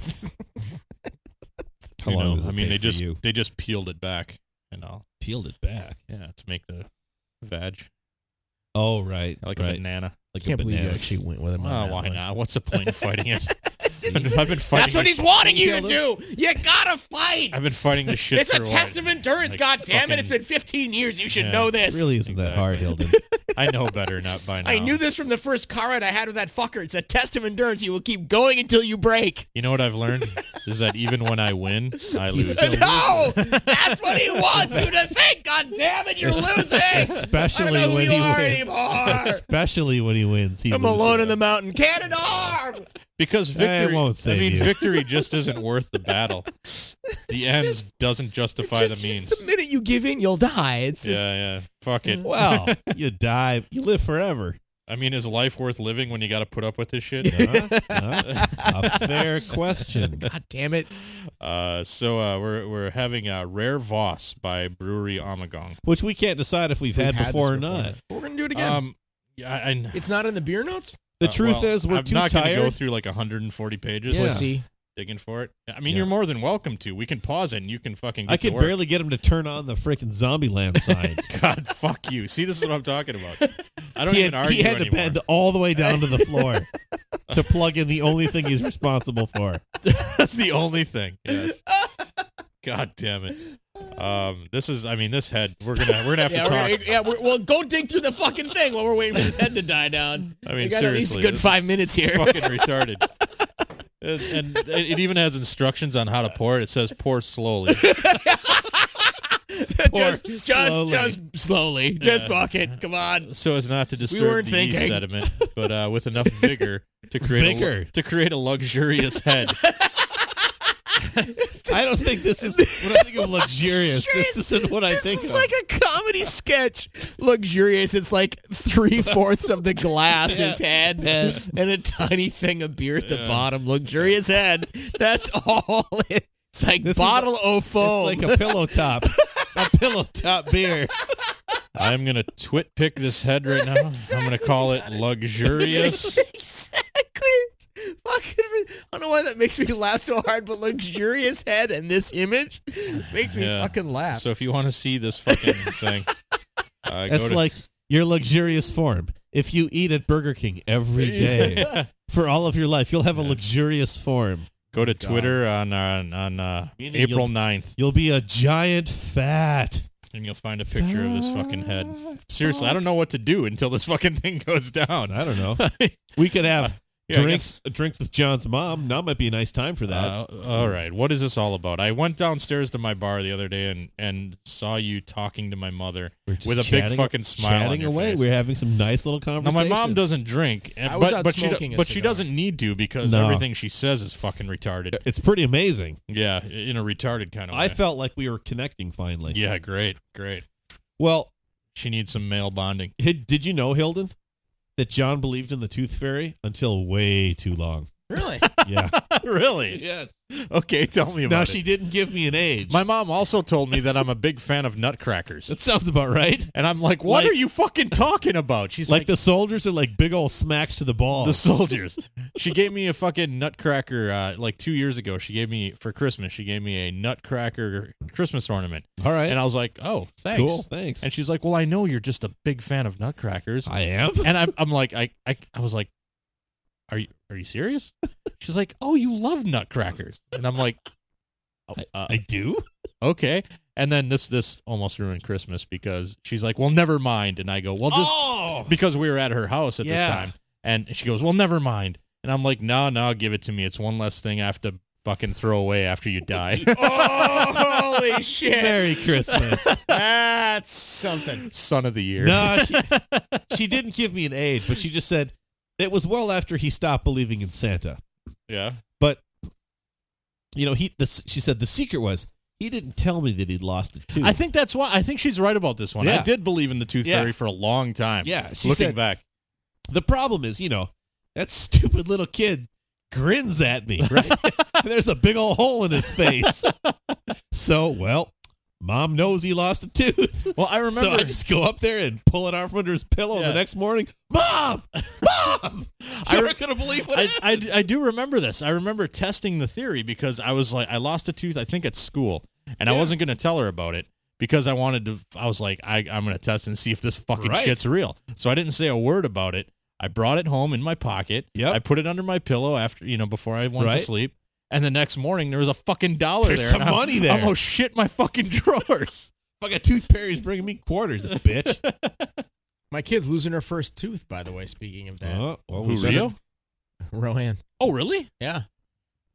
you long know? does it I mean, take they for just you? they just peeled it back and all. peeled it back. Yeah, to make the vag Oh right, like a right. banana. [laughs] I like can't a believe you banana. actually went with him. on Oh, that why one. not? What's the point of [laughs] fighting it? It's- I've been fighting. That's what this- he's wanting you to Killed do. You gotta fight. I've been fighting this shit. It's a for while. test of endurance. Like, God damn it! It's fucking- been 15 years. You should Yeah, know this. It really isn't that hard, Hilden. I know better not by [laughs] now. I knew this from the first car ride I had with that fucker. It's a test of endurance. You will keep going until you break. You know what I've learned is that even when I win, [laughs] I lose. No, that's what he wants you to think. God damn it, you're losing. I don't Especially know who when you he are wins. anymore. [laughs] Especially when he wins, he I'm loses. alone in the mountain. Cannon arm. Because victory, won't I save mean, [laughs] you. victory just isn't worth the battle. The ends doesn't justify Just- the means. just the minute you give in, you'll die. It's just, yeah, yeah. Fuck it. Well, [laughs] you die. You live forever. I mean, is life worth living when you got to put up with this shit? [laughs] Huh? Huh? a fair question. God damn it. Uh, so uh, we're we're having a rare Voss by Brewery Amagong. Which we can't decide if we've, We've had, had this before or before. not. We're gonna do it again. Um, yeah, I, I- it's not in the beer notes. The uh, truth well, is, we're I'm too not gonna tired. go through like 140 pages. Yeah. like, Pussy. digging for it. I mean, Yeah. you're more than welcome to. We can pause it. and You can fucking. Get I to could work. barely get him to turn on the freaking Zombieland sign. [laughs] God, fuck you. See, this is what I'm [laughs] talking about. I don't he even had, argue he had to anymore. bend all the way down to the floor [laughs] to plug in the only thing he's responsible for. That's [laughs] the only thing. Yes. [laughs] God damn it. Um, this is. I mean, this head. We're gonna. We're [laughs] gonna have yeah, to we're, talk. yeah we're, well, go dig through the fucking thing while we're waiting for his head to die down. [laughs] I mean, we got seriously, at least a good this five is minutes here. [laughs] Fucking retarded. And, and it it even has instructions on how to pour it. It says pour slowly. just, just, slowly. just slowly. Just Yeah. fuck it. Come on. so as not to disturb weren't the thinking. yeast sediment, but uh, with enough vigor to create a, Vigor. lu- to create a [laughs] luxurious head. I don't think this is when I think [laughs] of luxurious. This isn't what I This think is of. like a comedy sketch. Luxurious. It's like three fourths of the [laughs] glass is head and a tiny thing of beer at the Yeah. bottom. Luxurious head. That's all it. It's like This is bottle of foam. It's like a pillow top. a pillow top beer. I'm gonna twit pick this head right now. I'm gonna call it [laughs] luxurious. [laughs] exactly. Fucking, re- I don't know why that makes me laugh so hard, but luxurious head and this image makes me Yeah. fucking laugh. So if you want to see this fucking thing, uh, go That's to- [laughs] like your luxurious form. If you eat at Burger King [laughs] every day for all of your life, you'll have a Yeah. luxurious form. Go to Twitter on on, on uh, Meaning April you'll- 9th You'll be a giant fat and you'll find a picture of this fucking head. fat Seriously, I don't know what to do until this [laughs] fucking thing goes down. [laughs] I don't know. We could have Yeah, I drinks, a drink with John's mom. Now might be a nice time for that. Uh, all right, what is this all about? I went downstairs to my bar the other day and and saw you talking to my mother. We're just with a big chatting- fucking smile on chatting your away. face. We're having some nice little Now conversations. my mom doesn't drink, and, I was but out but she do- smoking a but she cigar. doesn't need to because No. everything she says is fucking retarded. It's pretty amazing. Yeah, in a retarded kind of way. I felt like we were connecting finally. Oh, yeah, great, great. Well, She needs some male bonding. [laughs] Hid- did you know Hilden that John believed in the tooth fairy until way too long? really? [laughs] [laughs] Yeah. [laughs] really? yes. Okay, [laughs] tell me about Now it. she didn't give me an age. My mom also told me that I'm a big fan of nutcrackers. that sounds about right. And I'm like, what Like- are you fucking talking about? She's Like, like, the soldiers are like big old smacks to the ball. the soldiers. she gave me a fucking nutcracker uh, like two years ago. She gave me for Christmas. She gave me a nutcracker Christmas ornament, All right. and I was like, "Oh, thanks." Cool. Thanks. And she's like, "Well, I know you're just a big fan of nutcrackers," I am. and I'm, I'm like, I, I, I was like, "Are you are you serious?" She's like, "Oh, you love nutcrackers," and I'm like, oh, uh, I do. "Okay." And then this this almost ruined Christmas because she's like, "Well, never mind," and I go, "Well, just." oh. because we were at her house at this Yeah. time. And she goes, Well, never mind. And I'm like, No, no, give it to me. It's one less thing I have to fucking throw away after [laughs] you die. Oh, holy shit. Merry Christmas. That's [laughs] something. Son of the year. no, she, she didn't give me an age, but she just said it was well after he stopped believing in Santa. Yeah. You know, he. The, she said the secret was he didn't tell me that he'd lost it too. I think that's why. I think she's right about this one. Yeah. I did believe in the tooth Yeah. fairy for a long time. Yeah, she Looking said- back. The problem is, you know, that stupid little kid grins at [laughs] me, right? And There's a big old hole in his [laughs] face. so, well, mom knows he lost a tooth. [laughs] Well, I remember. So I just go up there and pull it out from under his pillow Yeah. the next morning. Mom! Mom! [laughs] I You're re- not going to believe what [laughs] I, happened. I, I do remember this. I remember testing the theory because I was like, I lost a tooth, I think at school, and I Yeah. wasn't going to tell her about it because I wanted to. I was like, I, I'm going to test and see if this fucking Right. shit's real. So I didn't say a word about it. I brought it home in my pocket. Yep. I put it under my pillow after, you know, before I went Right. to sleep. And the next morning, there was a fucking dollar There's there. some and I money there. almost shit my fucking [laughs] drawers. Fucking Tooth Fairy's bringing me quarters, this [laughs] bitch. My kid's losing her first tooth, by the way, speaking of that. Oh, well, Who, we just- [laughs] Rio? Rohan. Oh, really? Yeah.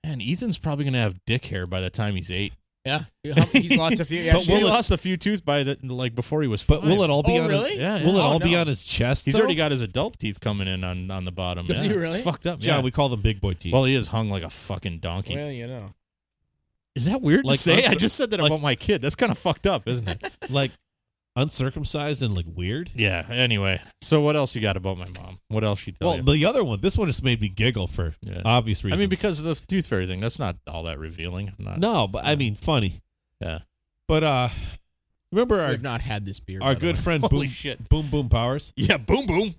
And Ethan's probably going to have dick hair by the time he's eight. Yeah. He's lost a [laughs] few. Yeah, but she- we lost a few tooth by the like before he was. But five. will it all be Oh, on really? his, Yeah, Will yeah. it all Oh, be no. on his chest? He's though? already got his adult teeth coming in on, on the bottom. Does yeah. he really? It's fucked up. John, Yeah. we call them big boy teeth. well, he is hung like a fucking donkey. Well, you know. Is that weird Like, to say? I'm I so- just said that like- about my kid. That's kind of fucked up, isn't it? like uncircumcised and like weird. yeah. Anyway, so what else you got about my mom? What else she tell Well, you? the other one, this one just made me giggle for Oh, Yeah. obvious I reasons. mean, because of the tooth fairy thing. That's not all that revealing. I'm not, no, but I mean funny. Yeah. But uh, remember our We've not had this beer. our by the good way. friend Holy Boom, shit. Boom Boom Powers. Yeah. Boom. Boom.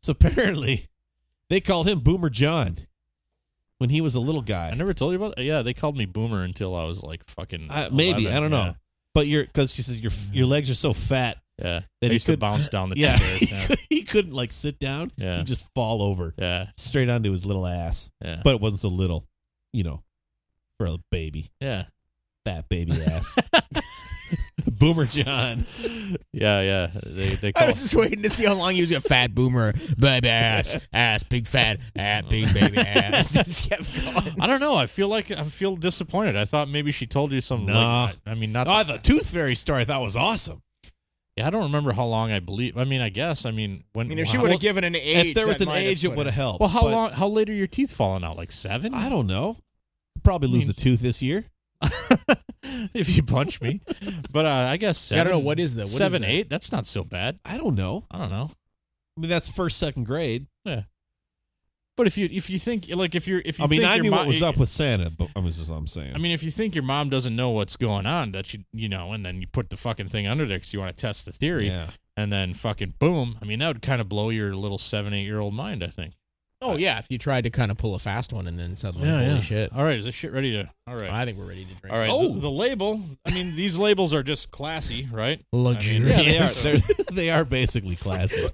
So apparently, they called him Boomer John when he was a little I guy. never told you about. Yeah, they called me Boomer until I was like fucking. Uh, maybe 11. I don't know, but you're because she says your your legs are so fat Yeah. yeah. that I he used could to bounce down the [laughs] yeah, stairs. he, Yeah. could, he couldn't like sit down. [laughs] Yeah. He'd just fall over Yeah. straight onto his little ass. Yeah. But it wasn't so little, you know, for a baby, yeah. fat baby [laughs] ass. Boomer John. Yeah. Yeah. They [laughs] [laughs] they I call. was just waiting to see how long he was a fat boomer, baby ass, ass, big fat, ass, big [laughs] baby ass. just kept going. [laughs] I don't know. I feel like I feel disappointed. I thought maybe she told you something. Nah. Like, I I mean, not. Oh, the Tooth Fairy story I thought was awesome. yeah, I don't remember how long I believe. I mean, I guess. I mean, when. I mean, if how, she would have given an age, if there was that an might have age, it put would have helped. Well, how but long? How late are your teeth falling out? Like seven? I don't know. Probably lose mean- a tooth this year. [laughs] if you punch me, but uh, I guess Yeah, seven. I don't know what is the what is seven, the- eight. That's not so bad. I don't know. I don't know. I mean, that's first, second grade. But if you if you think like if you're if you I mean, think I your knew mo- what was up with Santa, but I was just I'm saying. I mean, if you think your mom doesn't know what's going on, that you you know, and then you put the fucking thing under there because you want to test the theory, yeah. and then fucking boom. I mean, that would kind of blow your little seven, eight year old mind. I think. Oh yeah, if you tried to kind of pull a fast one and then suddenly, Yeah, holy yeah. shit! All right, is this shit ready to? All right, I think we're ready to drink. all right. Oh. The, the label. I mean, these labels are just classy, right? luxurious. [laughs] Yeah, they are. Yes. They're, [laughs] they are basically classic.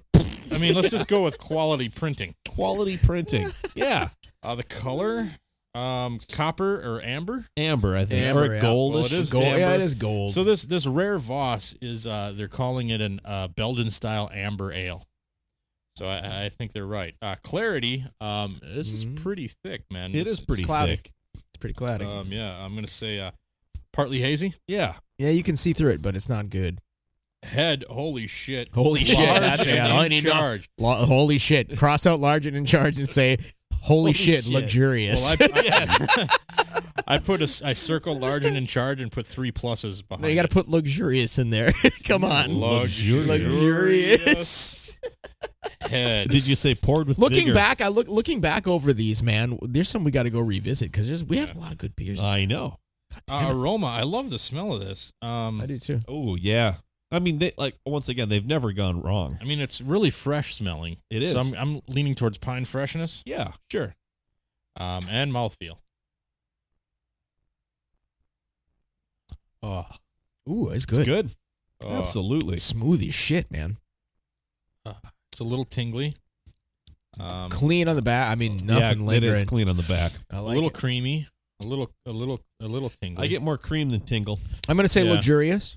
I mean, let's just go with quality printing. Quality printing. [laughs] Yeah. Uh, the color, um, copper or amber. Amber, I [laughs] think. Amber, or yeah. goldish. Well, it is gold. amber. Yeah, it is gold. So this this rare Voss is uh, they're calling it an uh, Belgian style amber ale. So I, I think they're right. Uh, clarity. Um, this is Mhm. pretty thick, man. Mm-hmm. It It's- is pretty cloudy. thick. it's pretty cloudy. Um, yeah, I'm gonna say uh, partly hazy. Yeah. yeah, you can see through it, but it's not good. Head. Holy shit. Holy shit! Large That's and yeah, all I in need to know. charge. Lo- holy shit! Cross out large and in charge and say, "Holy, Holy shit, shit. luxurious." Well, I, I, [laughs] I [laughs] put a s- I circle large and in charge and put three pluses behind. no, you got to [laughs] it. put luxurious in there. Come on, Luxurious. luxurious. head. Did you say poured with Looking vigor? back, I look looking back over these, man. There's some we got to go revisit because there's we have a lot of good beers. I know. Uh, aroma. I love the smell of this. Um, I do too. Oh yeah. I mean, they like once again, they've never gone wrong. I mean, it's really fresh smelling. It is. So I'm, I'm leaning towards pine freshness Yeah, sure. um, and mouthfeel. Oh, Ooh, it's it's good. [laughs] good. Oh, Absolutely. Smooth as shit, man. It's a little tingly. Um, Clean on the back. I mean, yeah, nothing it is lingering. clean on the back. I a like little it. creamy. A little, a little, a little tingly. I get more cream than tingle. I'm gonna say Yeah. luxurious.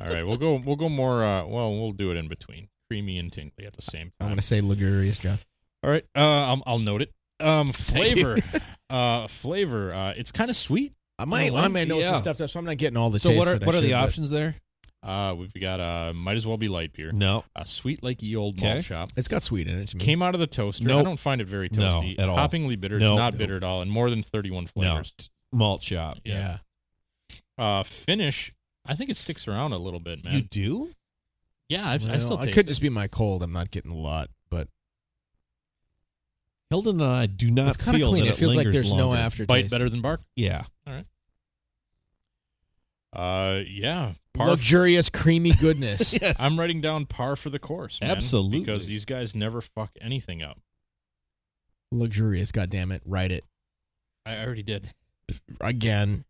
All right, we'll go. We'll go more. Uh, well, we'll do it in between, creamy and tingly at the same I'm Um, time. gonna say luxurious, John. All right, uh, I'll, I'll note it. [laughs] Um, flavor, uh, flavor. Uh, it's kind of sweet. I might, Oh, I might know yeah. some stuff up, so I'm not getting all the. so taste what are that I what are should, the but- options there? Uh, we've got uh, might as well be light beer. No, Uh, sweet like ye old malt Okay. shop. It's got sweet in it. To me. Came out of the toaster. I Nope. don't find it very No, toasty at all. Hoppingly bitter. No. It's not bitter at all, and more than thirty-one flavors. malt shop. yeah. Uh, finish. I think it sticks around a little bit, man. You do? yeah, I, I Well, still. I Taste could it. just be my cold. I'm not getting a lot, but Hilden and I do not it's kind of feel clean. that It feels like lingers there's no longer. aftertaste. [laughs] bite better than bark. Yeah, Uh, yeah. Par. Luxurious, creamy [laughs] goodness. [laughs] yes. [laughs] I'm writing down par for the course. man, Absolutely. because these guys never fuck anything up. luxurious. God damn it! Write it I already did. [laughs] again.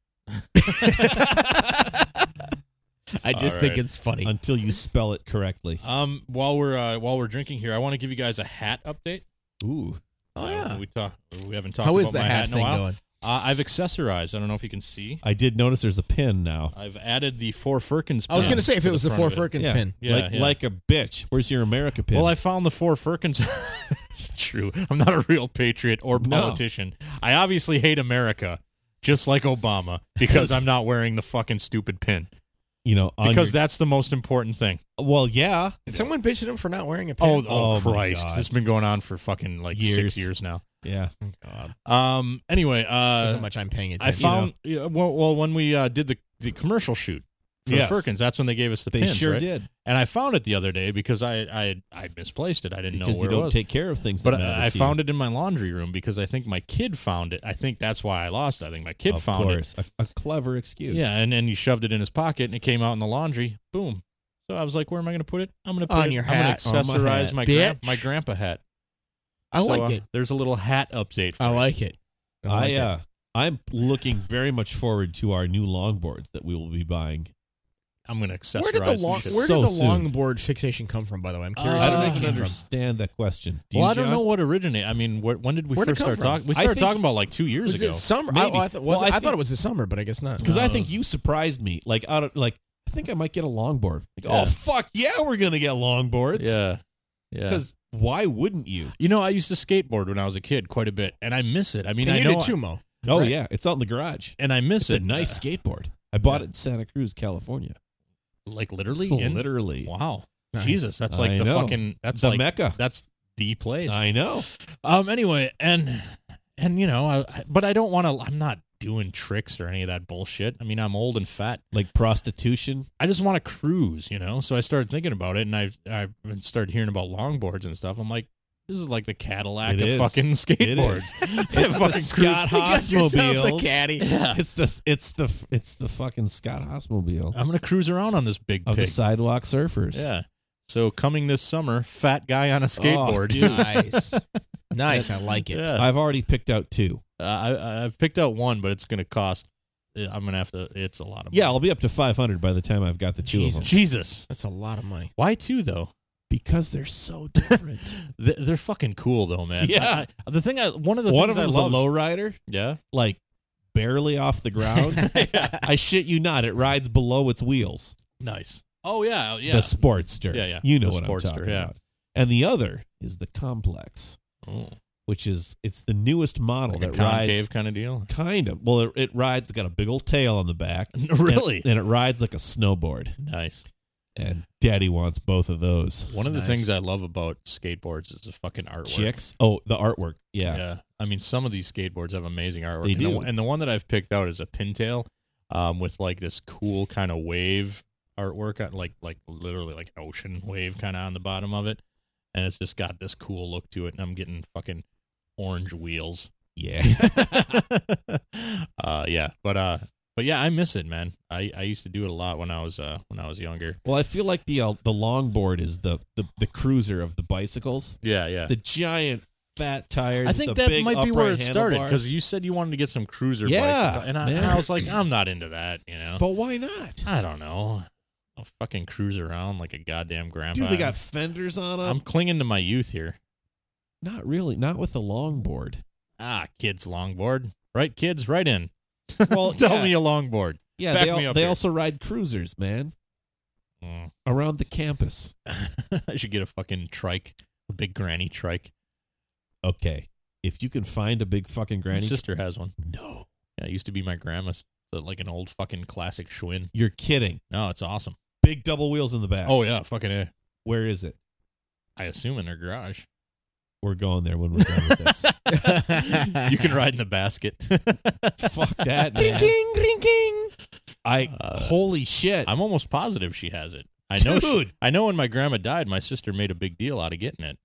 I just All think right. it's funny. Until you spell it correctly. Um, while we're uh, while we're drinking here, I want to give you guys a hat update. Ooh, Oh, Uh, yeah. we talk. We haven't talked How about is the my hat hat in a thing while. going? Uh, I've accessorized. I don't know if you can see. I did notice there's a pin now. I've added the four Firkins. I was pin gonna say if to it was the four front of it. Firkins Yeah. pin. Yeah, like yeah. like a bitch. Where's your America pin? Well, I found the four Firkins. [laughs] it's true. I'm not a real patriot or No. politician. I obviously hate America, just like Obama, because I'm not wearing the fucking stupid pin. you know, on Because your- that's the most important thing. well, yeah, Did someone bitch at him for not wearing a Oh, pin? oh, Oh, my Christ! God. It's been going on for fucking like Years. six years now. yeah. Oh, God. Um. Anyway, There's uh, so much I'm paying I attention. found yeah, well, well when we uh, did the the commercial shoot for Yes. Firkins, that's when they gave us the They pins, sure right? did. And I found it the other day because I I I misplaced it. I didn't Because know where you it don't was. take care of things. but that matter I, I to found it in my laundry room because I think my kid found it. I think that's why I lost. it. I think my you. kid of found it. course, A, a clever excuse. Yeah, and then he shoved it in his pocket and it came out in the laundry. Boom. So I was like, where am I going to put it? I'm going to put On it- your hat. I'm On going my to accessorize hat, my gran- bitch. my grandpa hat. I So, like uh, it. There's a little hat update. For I you. like it. I, like it. uh, I'm looking very much forward to our new longboards that we will be buying. I'm going to accessorize. Where did the this long shit. where so did the soon. longboard fixation come from? By the way, I'm curious. Uh, I where don't that even came from. understand that question. Do well, you, I don't John? know what originated. I mean, wh- when did we Where'd it first come start from? talking? We I started think- talking about like two years was ago. it summer? I- Maybe. I, thought, was Well, it- I I think- thought it was the summer, but I guess not. Because I No. think you surprised me. Like out of like, I think I might get a longboard. Like, Yeah. oh fuck yeah, we're gonna get longboards. yeah, yeah. Because why wouldn't you? You know, I used to skateboard when I was a kid quite a bit, and I miss it. I mean, And I you know, did too, [laughs] Mo. Oh Right. yeah, it's out in the garage. and I It's miss it. a nice Uh, skateboard. I bought yeah. it in Santa Cruz, California. like literally, in- Literally, Wow, Nice. Jesus, that's I like the know. fucking that's the like mecca. that's the place. I know. um, anyway, and and you know, I, I- but I don't want to. I'm not doing tricks or any of that bullshit. I mean, I'm old and fat. Like prostitution. I just want to cruise, you know. So I started thinking about it, and I I started hearing about longboards and stuff. I'm like, this is like the Cadillac It of is. fucking skateboards. [laughs] is. [laughs] It's the fucking [laughs] Scott Got yourself Haasmobile. a [laughs] caddy. Yeah. It's the it's the it's the fucking Scott Haasmobile I'm gonna cruise around on this big of the pig. sidewalk surfers. Yeah. So coming this summer, fat guy on a skateboard. Oh, dude. Nice, nice. I like it. Yeah. I've already picked out two. Uh, I I've picked out one, but it's gonna cost. uh, I'm gonna have to. It's a lot of Yeah, money. I'll be up to five hundred by the time I've got the two Jesus. of them Jesus. That's a lot of [laughs] money. Why two though? because they're [laughs] so different. Th- They're fucking cool though, man. Yeah. I- I- the thing I one of the One of things them's I a love. lowrider, [laughs] yeah. like barely off the [laughs] ground. I shit you not, it rides below its wheels. Nice. Oh yeah. Yeah. the Sportster. Yeah, yeah. You know The what Sportster, I'm talking yeah. about. And the other is the Complex, Oh, which is it's the newest model like a that concave rides kind [laughs] of deal. kind of. Well, it, it rides got a big old tail on the [laughs] back. and- really. And, it rides like a snowboard. Nice. And Daddy wants both of those. One of the Nice. things I love about skateboards is the fucking artwork. Chicks. Oh, the artwork. Yeah. Yeah. I mean, some of these skateboards have amazing artwork. They and, do. The, one- and the one that I've picked out is a pintail um, with like this cool kind uh, of wave artwork, on, like like literally like an ocean wave kind of on the bottom of it. and it's just got this cool look to it. And I'm getting fucking orange wheels. [laughs] Yeah. [laughs] uh, yeah, but uh, but yeah, I miss it, man. I, I used to do it a lot when I was uh when I was younger. Well, I feel like the uh, the longboard is the, the the cruiser of the bicycles. Yeah, yeah. The giant fat tires. I think with that the big might be where upright it started handlebars. because you said you wanted to get some cruiser Yeah, bicycle, and I, man. and I was like, I'm not into that, you know. But why not? I don't know. I'll fucking cruise around like a goddamn grandpa. Dude, they got fenders on them. I'm clinging to my youth here. Not really. Not with the longboard. Ah, kids longboard. Right, kids, right in. [laughs] Well, Tell yeah. me a longboard. Yeah, Back they, al- me up they here. also ride cruisers, man, Mm. [laughs] around the campus. I should get a fucking trike, a big granny trike. Okay, if you can find a big fucking My granny, sister has one. no, Yeah, it used to be my grandma's. So like an old fucking classic Schwinn. you're kidding. No, it's awesome. Big double wheels in the back. Oh yeah, fucking. A. where is it? I assume in her garage. [laughs] We're going there when we're done with [laughs] this. [laughs] you can ride in the basket. [laughs] Fuck that, man. I Uh, holy shit. I'm almost positive she has it. I know. she- Dude. I know. When my grandma died, my sister made a big deal out of getting it.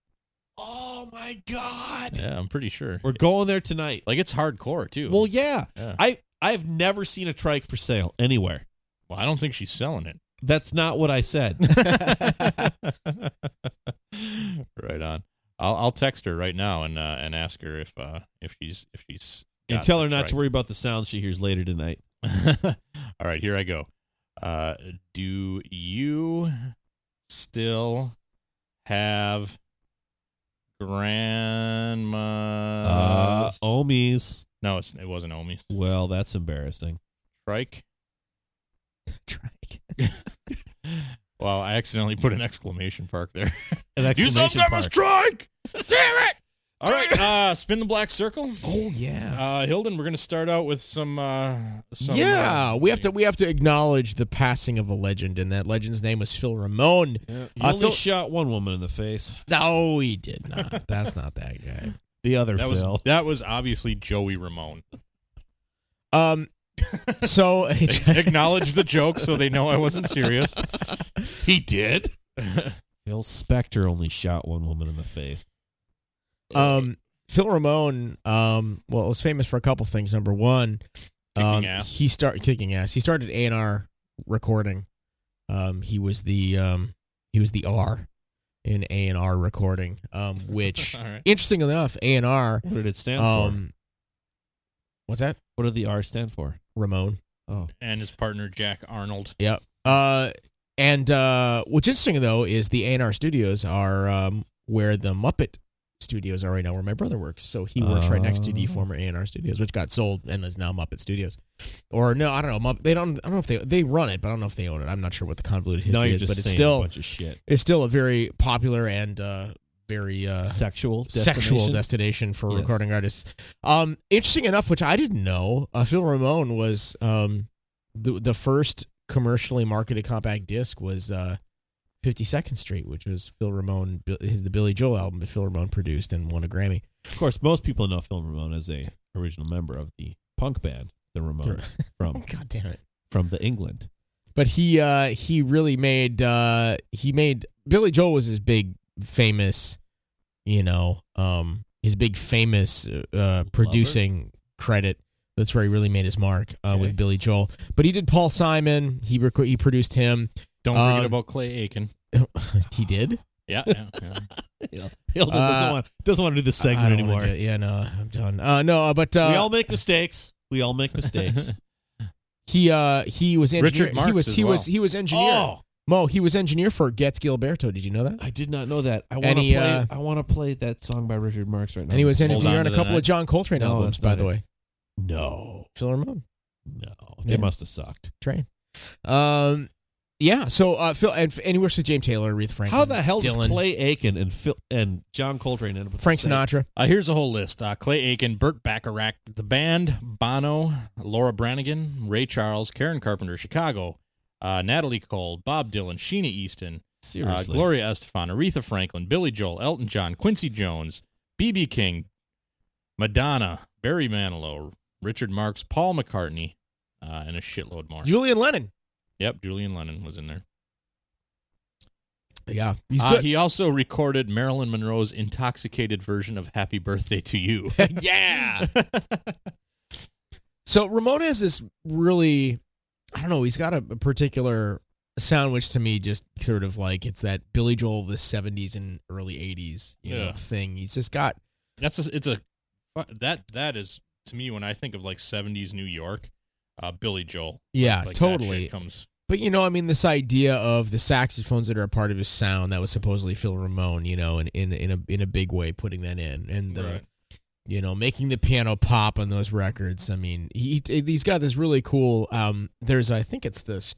oh my god. Yeah, I'm pretty sure. We're going there tonight. Like it's hardcore too. Well, yeah. Yeah. I I've never seen a trike for sale anywhere. Well, I don't think she's selling it. [laughs] That's not what I said. [laughs] right on. I'll, I'll text her right now and uh, and ask her if uh, if she's if she's and got tell the her not trike. to worry about the sounds she hears later tonight. All right, [laughs] here I go. Uh, do you still have Uh, Uh, grandma's? Omis. no, it's, it wasn't Omi. Well, that's embarrassing. Trike. Wow, I accidentally put an exclamation mark [laughs] there. An you some exclamation never mark. strike. Damn it! [laughs] All right, uh, spin the black circle. Oh yeah. Uh, Hilden, we're gonna start out with some. Uh, some yeah, uh, we have to we have to acknowledge the passing of a legend, and that legend's name was Phil Ramone. You I only feel- shot one woman in the face. No, he did not. That's not that [laughs] guy. The other That was Phil. that was obviously Joey Ramone. Um, so Acknowledge the joke so they know I wasn't [laughs] serious. he did. Phil Spector only shot one woman in the face. um, Phil Ramone, um, well, was famous for a couple things. Number one, Kicking um, ass. he started kicking ass. He started A and R recording. Um, he was the um, he was the R in A and R recording. Um, [laughs] which All right. interesting enough, A and R. What did it stand for? Um, what's that? What did the R stand for? Ramone. Oh, And his partner Jack Arnold. Uh, and uh, what's interesting though is the A&R studios are um, where the Muppet studios are right now, where my brother works. So he works right next to the Oh. former A&R studios, which got sold and is now Muppet Studios. Or no, I don't know. Mupp- They don't. I don't know if they they run it, but I don't know if they own it. I'm not sure what the convoluted now history you're is, just but it's saying a still bunch of shit. it's still a very popular and uh, very uh, Sexual, sexual destination? destination for Yes. recording artists. Um, interesting enough, which I didn't know, uh, Phil Ramone was um, the the first commercially marketed compact disc was uh, 52nd Street, which was Phil Ramone, Bi- his, the Billy Joel album that Phil Ramone produced and won a Grammy. Of course, most people know Phil Ramone as a original member of the punk band, the Ramones, [laughs] from Oh, God damn it! from the England. But he uh, he really made uh, he made Billy Joel was his big famous, you know, um, his big famous uh, producing credit. That's where he really made his mark uh, Okay. with Billy Joel. But he did Paul Simon. He rec- he produced him. Don't forget Um, about Clay Aiken. He did. Uh, [laughs] Yeah, yeah, yeah. Hilda doesn't, Uh, want, doesn't want to do this I segment don't wanna anymore. do it. yeah, no, I'm done. Uh, no, uh, but uh, we all make mistakes. We all make [laughs] mistakes. he uh, he was engineer. Richard Marx he was as he well. was he was engineer. oh, Mo, he was engineer for Gets Gilberto. Did you know that? I did not know that. I want to Any, play. uh, I want to play that song by Richard Marx right now. And he was Hold engineer on on, to a the couple night. of John Coltrane No, albums, that's by not the it. way. no, Phil Ramone. no. Yeah. They must have sucked. train. Um, yeah. So uh, Phil and, and he works with James Taylor, Aretha Franklin. How the hell Dylan, does Clay Aiken and Phil and John Coltrane end up with the Frank same- Sinatra? Uh, here's a whole list: uh, Clay Aiken, Burt Bacharach, the band, Bono, Laura Branigan, Ray Charles, Karen Carpenter, Chicago, uh, Natalie Cole, Bob Dylan, Sheena Easton, uh, Seriously, Gloria Estefan, Aretha Franklin, Billy Joel, Elton John, Quincy Jones, B.B. King, Madonna, Barry Manilow, Richard Marx, Paul McCartney, uh, and a shitload more. Julian Lennon. yep, Julian Lennon was in there. Yeah, he's Uh, good. [laughs] he also recorded Marilyn Monroe's intoxicated version of Happy Birthday [laughs] to You. [laughs] [laughs] yeah. so Ramona has this really, I don't know, he's got a, a particular sound which to me just sort of like it's that Billy Joel of the '70s and early '80s you know Yeah. thing. He's just got That's a, it's a that that is to me when I think of like 70s New York, uh Billy Joel. yeah, Like that Ah, totally. shit comes But you know, I mean, this idea of the saxophones that are a part of his sound that was supposedly Phil Ramone, you know, in in, in a in a big way, putting that in, and the, Right. you know, making the piano pop on those records. I mean, he he's got this really cool. Um, there's I think it's this.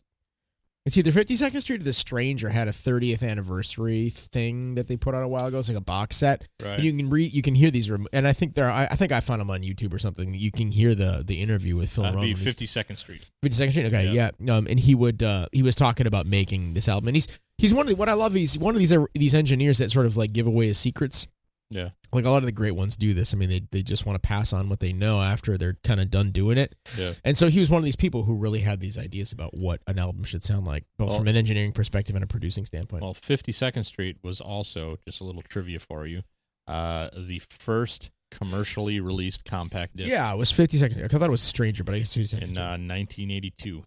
It's either 52nd Street or The Stranger had a 30th anniversary thing that they put out a while ago. It's like a box set. right. And you can read, you can hear these, rem- and I think there, I, I think I found them on YouTube or something. You can hear the the interview with Phil. That'd Ramone. be He's- 52nd Street. 52nd Street. Okay, yeah. Um, and he would uh, he was talking about making this album, and he's he's one of the, what I love. He's one of these uh, these engineers that sort of like give away his secrets. Yeah. like a lot of the great ones do this. I mean, they they just want to pass on what they know after they're kind of done doing it. Yeah. And so he was one of these people who really had these ideas about what an album should sound like, both Well- from an engineering perspective and a producing standpoint. Well, 52nd Street was also just a little trivia for you. Uh the first commercially released compact disc yeah, it was 52nd. I thought it was Stranger, but I guess 52nd, in Street, uh, 1982.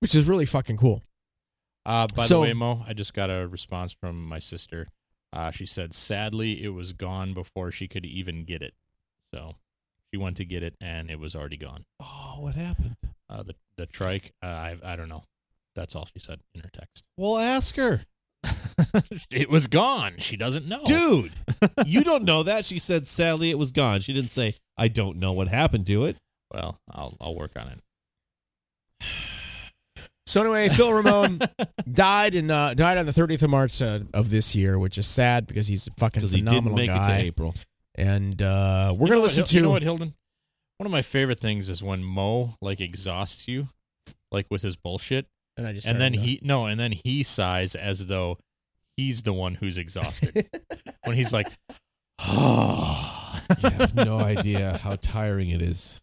which is really fucking cool. Uh, by So- the way, Mo, I just got a response from my sister. Uh, she said, sadly, it was gone before she could even get it. So she went to get it, and it was already gone. Oh, what happened? Uh, the the trike, uh, I I don't know. That's all she said in her text. [laughs] Well, ask her. it was gone. She doesn't know. Dude, you [laughs] don't know that. She said, sadly, it was gone. She didn't say, I don't know what happened to it. Well, I'll I'll work on it. So anyway, Phil [laughs] Ramone died in uh, died on the 30th of March uh, of this year, which is sad because he's a fucking Because he phenomenal didn't make guy. it to April. And uh, we're You gonna know what, listen Hil- to You know what, Hilden? One of my favorite things is when Mo like exhausts you, like with his bullshit, and, I just and started then to- [laughs] he no, and then he sighs as though he's the one who's [laughs] exhausted when he's like, [sighs] oh. [laughs] You have no idea how tiring it is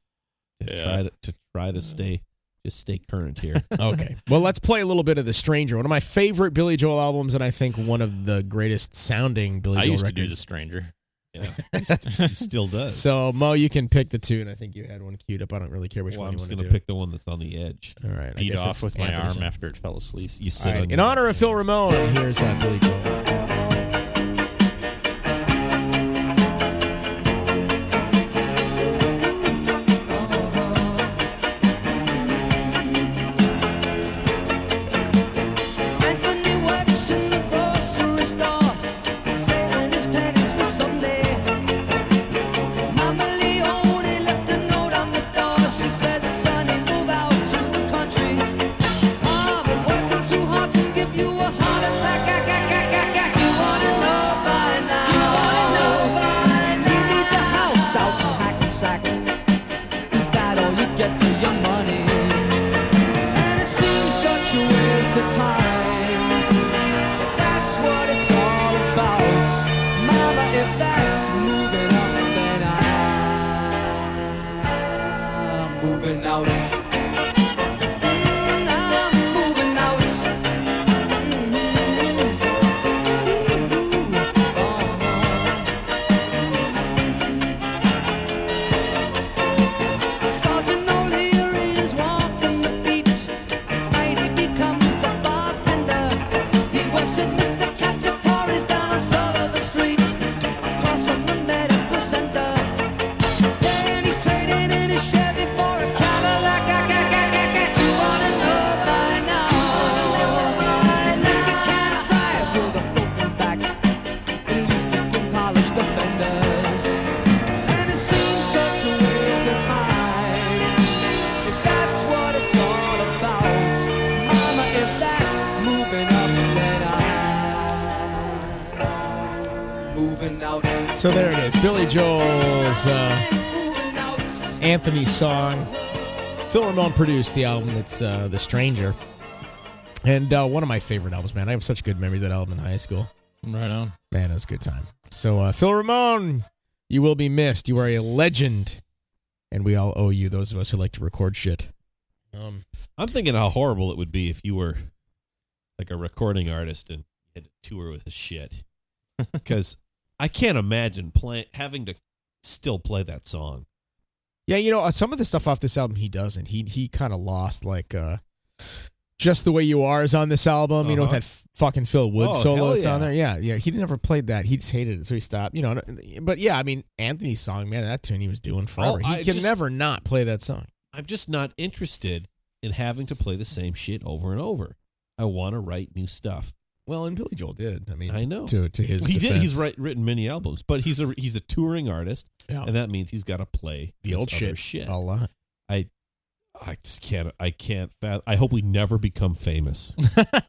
to, Yeah. try to, to try to stay, just stay current here. Okay. Well, let's play a little bit of The Stranger, one of my favorite Billy Joel albums, and I think one of the greatest sounding Billy I Joel used to records. do the stranger. [laughs] Yeah. He, st- he still does. So Mo, you can pick the tune. I think you had one queued up. I don't really care which well, one I'm you want just to going to do. pick the one that's on the edge. All right. I Beat guess off it's with my Anthony's arm one. after it fell asleep. You sit All right. on In your- honor of Phil Ramone, here's uh, Billy Joel. Anthony works in the grocery store, selling his pennies for Sunday. Mama Leone left a note on the door. She said, "Sonny, move out to the country. I've been working too hard to give you a heart attack. You wanna know by now? You wanna know by now? He needs a house out in Hackensack. Is that all you get for your money?" And it seems such a waste of time. But that's what it's all about. Mama, if that's moving up, then I'm moving out. Mm, I'm moving out. Mm, uh-huh. Sergeant O'Leary is walking the beach. Night he becomes a bartender. He works at Mr. Cacciatore's down on Sullivan Street, across from the medical center. Then he's trading in his Chevy for a Cadillac. You wanna know by now? Nigga can't drive with a broken back. At least he can polish the fenders. And it seems such a waste of time. If that's what it's all about, Mama, if that's moving up, then I'm moving out. So there it is, Billy Joel's uh, Moving out. Anthony song. Phil Ramone produced the album. It's uh, The Stranger, and uh, one of my favorite albums, man. I have such good memories of that album in high school. Right on. Man, it was a good time. So uh, Phil Ramone, you will be missed. You are a legend, and we all owe you. Those of us who like to record shit. Um, I'm thinking how horrible it would be if you were like a recording artist and had to tour with [laughs] his shit because I can't imagine play, having to still play that song. Yeah, you know, uh, some of the stuff off this album he doesn't. He he kind of lost like uh just the way you are is on this album. You know, with Uh-huh. that f- fucking Phil Wood Oh, solo hell that's on yeah. there. Yeah, yeah. He never played that. He just hated it, so he stopped. You know, and- uh, but yeah, I mean, Anthony's song, man, that tune he was doing forever. he Oh, I can just- never not play that song. I'm just not interested in having to play the same shit over and over. I want to write new stuff. Well, and Billy Joel did. I mean, I know. to to his he defense. did. He's write, written many albums, but he's a he's a touring artist, Yeah. and that means he's got to play Oh. the this old other shit, shit. a lot. I just can't. I can't. fa- I hope we never become famous.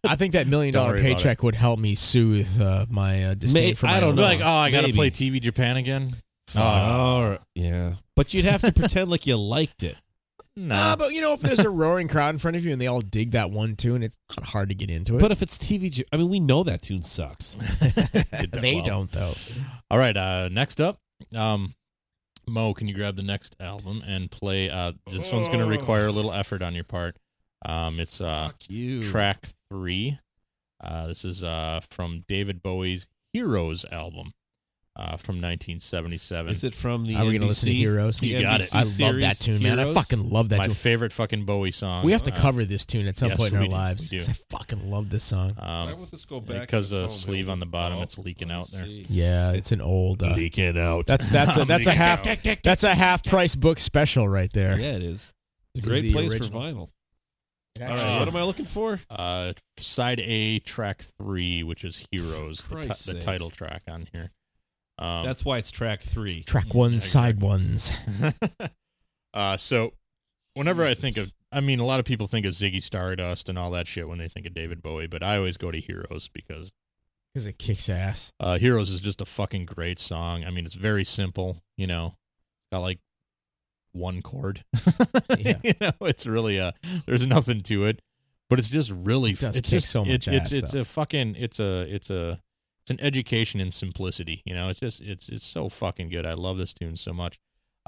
I think [laughs] that million Don't dollar worry about it. paycheck would help me soothe uh, my uh, disdain May- for I my don't own know. song. like, oh, I got to Maybe. play TV Japan again. All right. yeah. But you'd have to pretend like you [laughs] liked it. No, Nah, but you know, if there's a roaring crowd in front of you and they all dig that one tune, it's not hard to get into it. [laughs] But if it's TV, j- I mean, we know that tune sucks. [laughs] It done they well. don't though. All right. Uh, next up, um, Mo, can you grab the next album and play? Uh, this one's Oh. going to require a little effort on your part. Um, it's uh, you. track three. Uh, this is uh, from David Bowie's Heroes album uh, from 1977. Is it from the? Are we gonna NBC? listen to Heroes? The You got NBC it. I love series, that tune, man. I Heroes? fucking love that My tune. favorite fucking Bowie song. we have to Uh, cover this tune at some yes, point in we our do. lives We do. 'cause I fucking love this song. Um, this go because the sleeve on the bottom, it's leaking out there. [laughs] Yeah, it's an old. Uh, Leaking out. that's that's a I'm that's a leaking half out. that's a half price book special right there. Yeah, it is. This It's is a great the place original. for vinyl. It actually All right. Uh, is. What am I looking for? uh, side A, track three, which is Heroes, the, Christ's ti- the sake. title track on here. Um, That's why it's track three. Track one, Yeah, side ones. [laughs] uh, so whenever I think of, Jesus. I mean, a lot of people think of Ziggy Stardust and all that shit when they think of David Bowie, but I always go to Heroes because Because it kicks ass. uh, Heroes is just a fucking great song. I mean, it's very simple, you know, got like one chord. [laughs] Yeah. you know, it's really a there's nothing to it, but it's just really It does it's kick just, so much it- it's ass, it's though. a fucking it's a it's a it's an education in simplicity. You know, it's just it's it's so fucking good. I love this tune so much.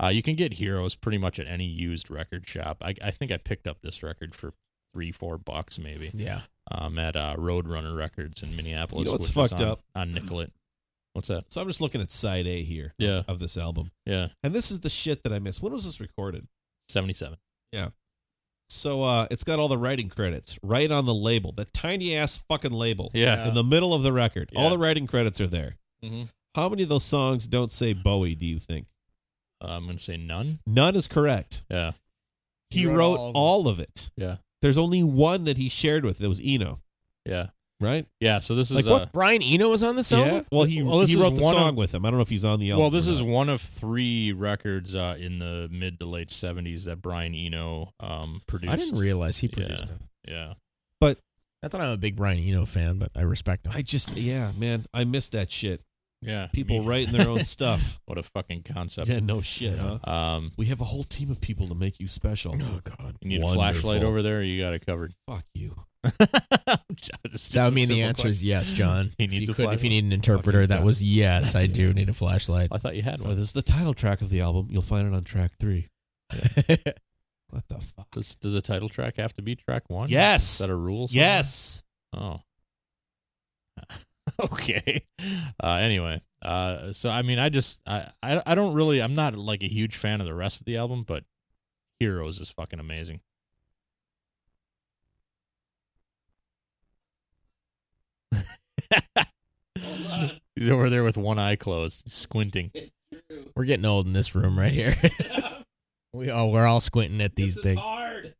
Uh, you can get Heroes pretty much at any used record shop. I, I think I picked up this record for three four bucks maybe Yeah. um, at uh, Roadrunner Records in Minneapolis. You know what's which was fucked on- up? on Nicolet. What's that? So I'm just looking at side A here Yeah, of this album, yeah, and this is the shit that I miss. When was this recorded? seventy-seven. So uh, it's got all the writing credits right on the label, that tiny ass fucking label Yeah. in the middle of the record. Yeah. All the writing credits are there. Mhm. How many of those songs don't say Bowie? Do you think? Uh, I'm gonna say none. None is correct. Yeah, He, wrote, all, of it. Yeah. There's only one that he shared with. It was Eno, yeah, right? yeah. So this is Like, uh, what Brian Eno was on this album. Well, he Well, this he is wrote the one of- song with him. I don't know if he's on the album. Well, this or is not. one of three records uh, in the mid to late '70s that Brian Eno um, produced. I didn't realize he Yeah. produced it. Yeah, Not that I'm a big Brian Eno fan, but I respect him. I just yeah, man, I miss that shit. yeah. People Me- writing [laughs] their own stuff. What a fucking concept. Yeah, no shit, Yeah. huh? Um, We have a whole team of people to make you special. oh God, you need Wonderful. a flashlight over there. You got it covered. [laughs] Fuck you. that would mean the answer is [laughs] yes, John. He if needs you a could, if you flashlight. need an interpreter, Fucking that God. was yes. I do [laughs] need a flashlight. I thought you had Oh, one. this is the title track of the album. You'll find it on track [laughs] three. What the fuck? Does does a title track have to be track one? Yes. Is that a rule? somewhere? Yes. Oh. [laughs] okay. Uh, anyway, uh, so I mean, I just I, I I don't really I'm not like a huge fan of the rest of the album, but Heroes is fucking amazing. [laughs] He's over there with one eye closed, squinting. We're getting old in this room right here. [laughs] we all we're all squinting at these things. hard.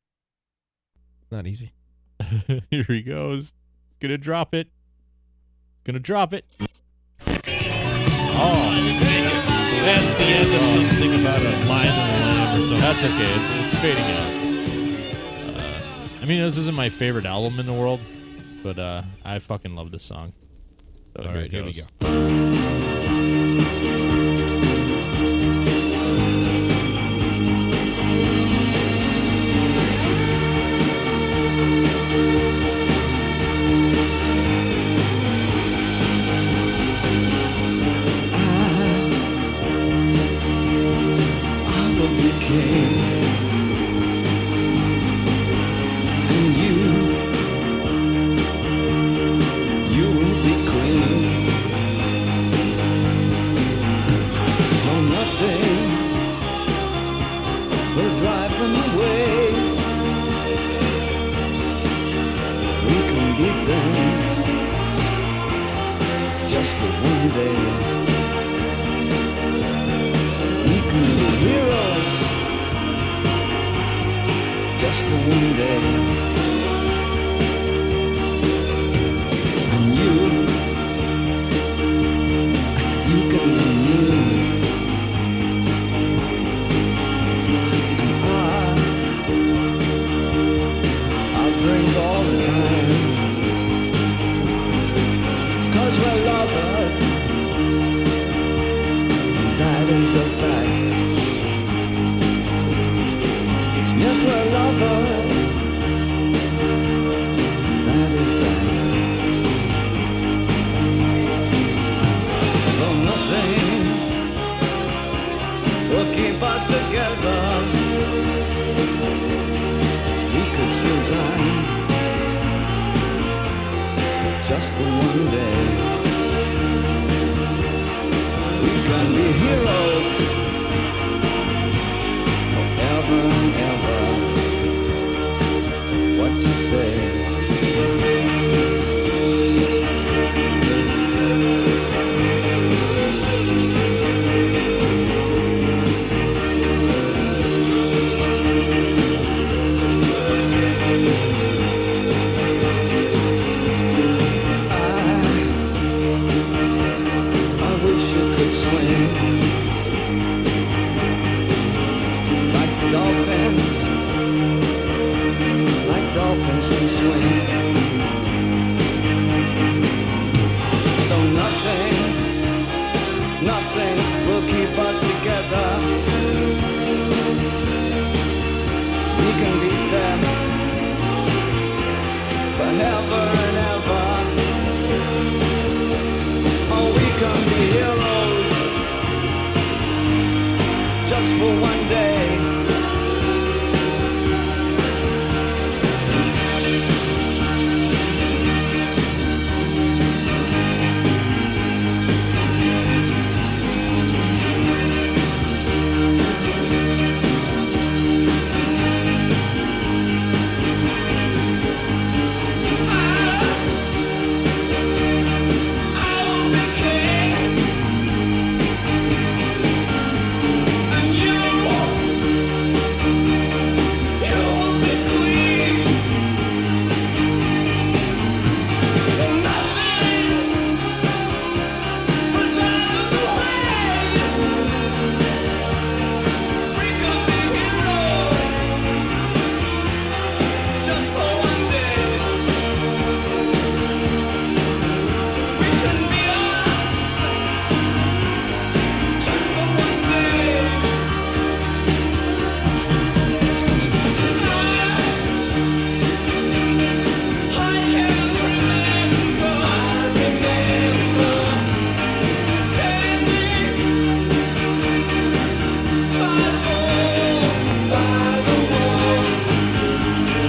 Not easy. [laughs] Here he goes. Gonna drop it. Gonna drop it. Oh, That's the end of something about a lion and a lamb or something. that's okay. It- It's fading out. Uh, I mean, this isn't my favorite album in the world, but uh, I fucking love this song. So All Oh, here right, it here we goes. go. You will be us together, we could still try. Just for one day, we can be heroes forever and ever. What you say? I I wish you could swim like dolphins, like dolphins can swim. Though nothing, nothing will keep us together. We can beat them forever and ever. Oh, we can be heroes just for one day. Just for one day, we can be us. Just for one day, I can remember, remember standing by the by the wall.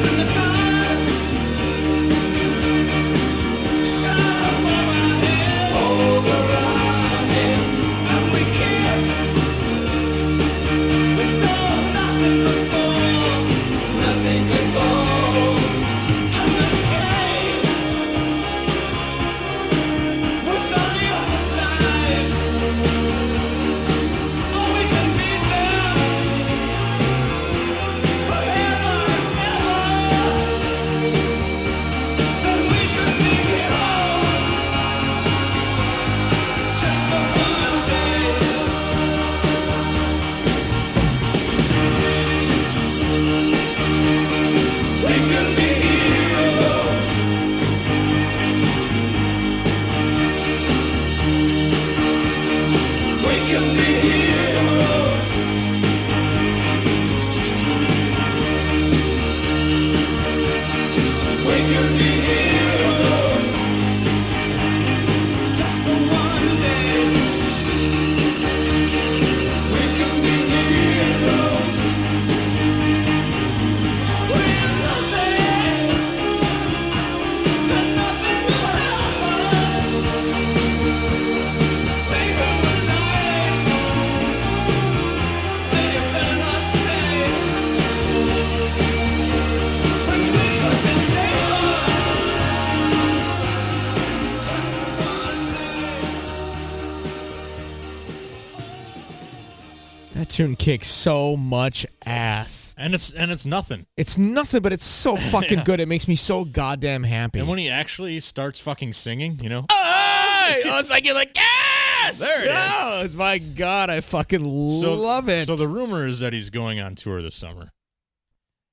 That tune kicks so much ass. And it's and it's nothing. It's nothing, but it's [laughs] so fucking good. It makes me so goddamn happy. And when he actually starts fucking singing, you know, Hey! Oh, it's like you're like yes. There it is. oh, My God, I fucking love it. So the rumor is that he's going on tour this summer.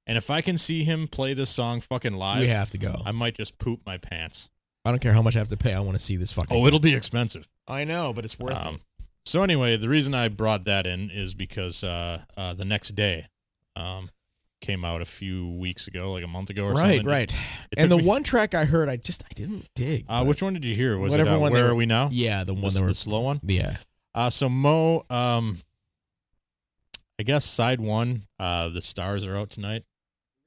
And if I can see him play this song fucking live, we have to go. I might just poop my pants. I don't care how much I have to pay. I want to see this fucking. Uh, Oh, it'll be expensive. I know, but it's worth it. Um, so anyway, the reason I brought that in is because uh, uh, the next day um, came out a few weeks ago, like a month ago or right, something. right. It And the took me- one track I heard, I just I didn't dig. Uh, but- which one did you hear? Was Whatever it uh, one they Where were- Are We Now? Yeah, the one the, that the was. slow one. Yeah. Uh, so Mo, um, I guess side one, uh, the stars are out tonight.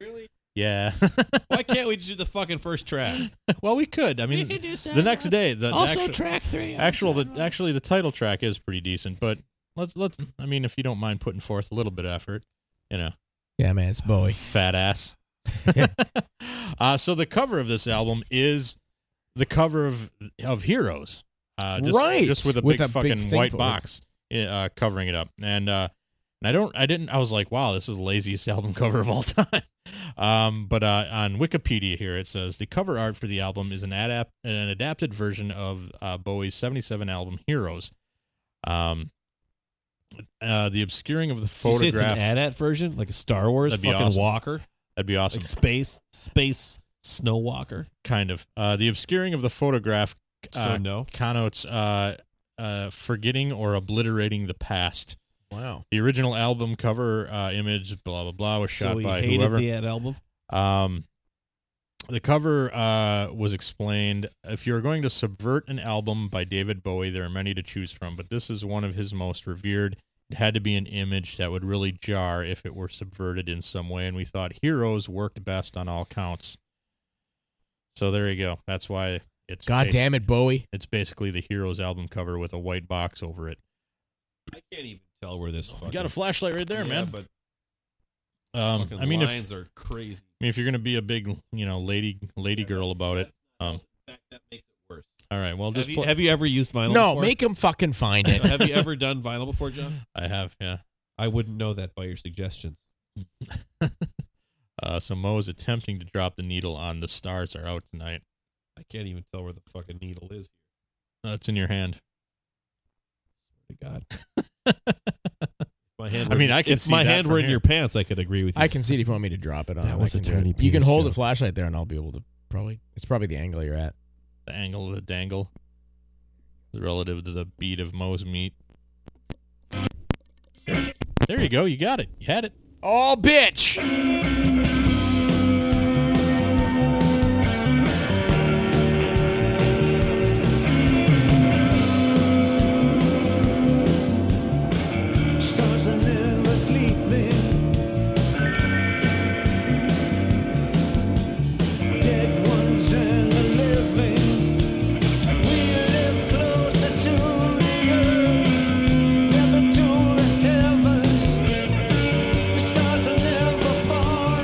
Really? Yeah. [laughs] Why can't we just do the fucking [laughs] first track? well, we could. I mean, the next day, the, the Also, actual, track three. actual the, actually the title track is pretty decent, but let's let's. I mean, if you don't mind putting forth a little bit of effort, you know. Yeah, man, it's Bowie. [laughs] Fat ass. uh, so the cover of this album is the cover of of Heroes. Uh, just, Right. Just with a With big a big fucking thing white for- box i- uh, covering it up, and uh, and I don't, I didn't, I was like, wow, this is the laziest [laughs] album cover of all time. [laughs] Um, but uh, on Wikipedia here it says the cover art for the album is an adapt an adapted version of uh, Bowie's '77 album Heroes. Um, uh, the obscuring of the It's an photograph AT-AT version, like a Star Wars That'd be fucking awesome. walker, that'd be awesome. like space space snow walker. kind of. Uh, the obscuring of the photograph So uh, no. connotes uh, uh, forgetting or obliterating the past. Wow. The original album cover uh, image, blah blah blah, was shot so he by hated whoever. the ad album. Um, the cover uh, was explained. If you're going to subvert an album by David Bowie, there are many to choose from, but this is one of his most revered. It had to be an image that would really jar if it were subverted in some way, and we thought Heroes worked best on all counts. So there you go. That's why it's God ba- damn it, Bowie. It's basically the Heroes album cover with a white box over it. I can't even tell where this. You got a flashlight right there, man. But um, I mean, if, I mean, lines are crazy. if you're gonna be a big, you know, lady lady girl about it, um, fact, that makes it worse. all right. Well, Have just you, pl- have you ever used vinyl? No, before? make him fucking find it. [laughs] [laughs] have you ever done vinyl before, John? I have, yeah. I wouldn't know that by your suggestions. Uh, so Mo is attempting to drop the needle on the stars are out tonight. I can't even tell where the fucking needle is. Uh, it's in your hand. Thank God. Oh [laughs] my hand. I were- mean, I can If see my that hand from were in here. your pants, I could agree with you. I can see it if you want me to drop it on. That I was a can do tiny it. You can penis hold the joke. flashlight there, and I'll be able to probably. It's probably the angle you're at. The angle of the dangle, relative to the bead of Mo's meat. There you go. You got it. You had it. Oh, bitch! Stars are never sleeping. Dead ones and the living. We live closer to the earth, never to the heavens. The stars are never far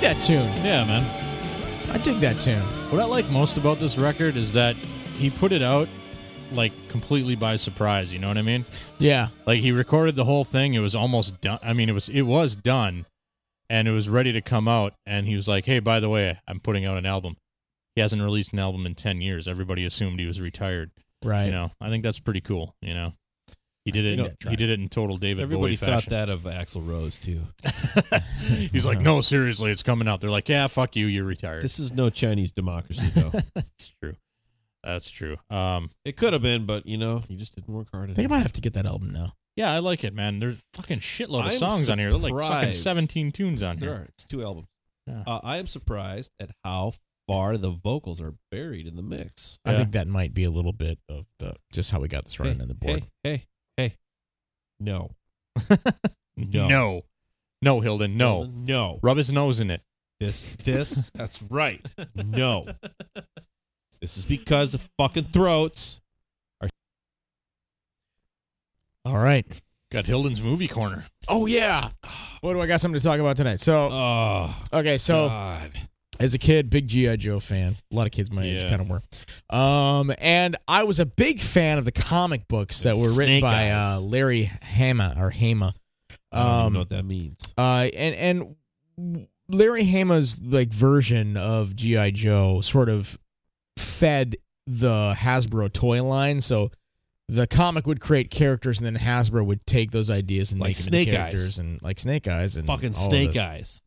that tune. Yeah, man. I dig that tune. What I like most about this record is that he put it out like completely by surprise. You know what I mean? Yeah. Like he recorded the whole thing. It was almost done. I mean, it was it was done, and it was ready to come out. And he was like, "Hey, by the way, I'm putting out an album." He hasn't released an album in ten years. Everybody assumed he was retired. Right. You know, I think that's pretty cool. You know, he did it. think in- I tried. he did it in total David Everybody Bowie thought fashion. that of Axl Rose too. [laughs] [laughs] He's like, "No, seriously, it's coming out." They're like, "Yeah, fuck you. You're retired." This is no Chinese democracy [laughs] though. that's true. That's true. Um, it could have been, but you know, you just didn't work hard I enough. think I might have to get that album now. yeah, I like it, man. There's fucking shitload of I'm songs on here. There's like fucking surprised. 17 tunes on [laughs] There here. are. It's two albums. Yeah. Uh, I am surprised at how far the vocals are buried in the mix. I Yeah. think that might be a little bit of the just how we got this running in the board. Hey, hey, hey. [laughs] No. No. no. No, Hilden, no. No. Rub his nose in it. This, this, that's right. No. This is because the fucking throats. All right. [laughs] Got Hilden's movie corner. Oh yeah. What do I got something to talk about tonight? So Oh, okay, so God. as a kid, big GI Joe fan. A lot of kids my age Yeah. kind of were. Um, and I was a big fan of the comic books that were written Snake by Eyes. uh, Larry Hama or Hama. I don't even know Um, what that means. uh, and and Larry Hama's like version of GI Joe sort of fed the Hasbro toy line. So the comic would create characters, and then Hasbro would take those ideas and Like make them Snake into Eyes. characters, and like Snake Eyes and Fucking all of snake the- eyes.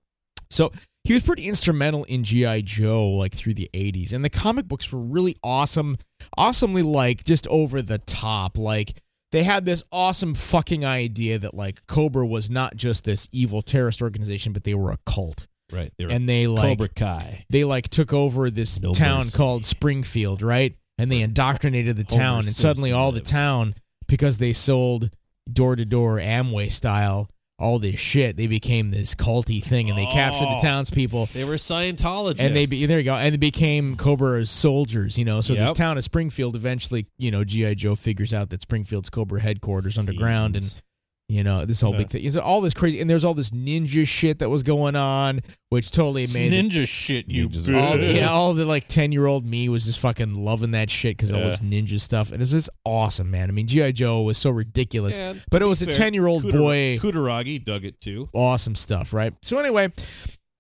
So he was pretty instrumental in GI Joe, like through the '80s, and the comic books were really awesome, awesomely like just over the top, like. They had this awesome fucking idea that like Cobra was not just this evil terrorist organization, but they were a cult, Right. They're and they like Cobra Kai. they like took over this No town mercy. called Springfield, right? And they indoctrinated the Homer town, and suddenly Simpson all the lived. town, because they sold door to door Amway style, all this shit, they became this culty thing, and they captured the Oh. townspeople. They were Scientologists. And they be, there you go, and they became Cobra's soldiers, you know. So this Yep. town of Springfield eventually, you know, GI Joe figures out that Springfield's Cobra headquarters underground, and you know this whole big thing. It's all this crazy, and there's all this ninja shit that was going on, which totally It's made the ninja shit, you Ninjas bitch. are all the, yeah, all the like ten year old me was just fucking loving that shit because all Yeah. this ninja stuff, and it was just awesome, man. I mean, GI Joe was so ridiculous, And but it was a fair, ten year old boy, Kutaragi dug it too. awesome stuff, right? So anyway,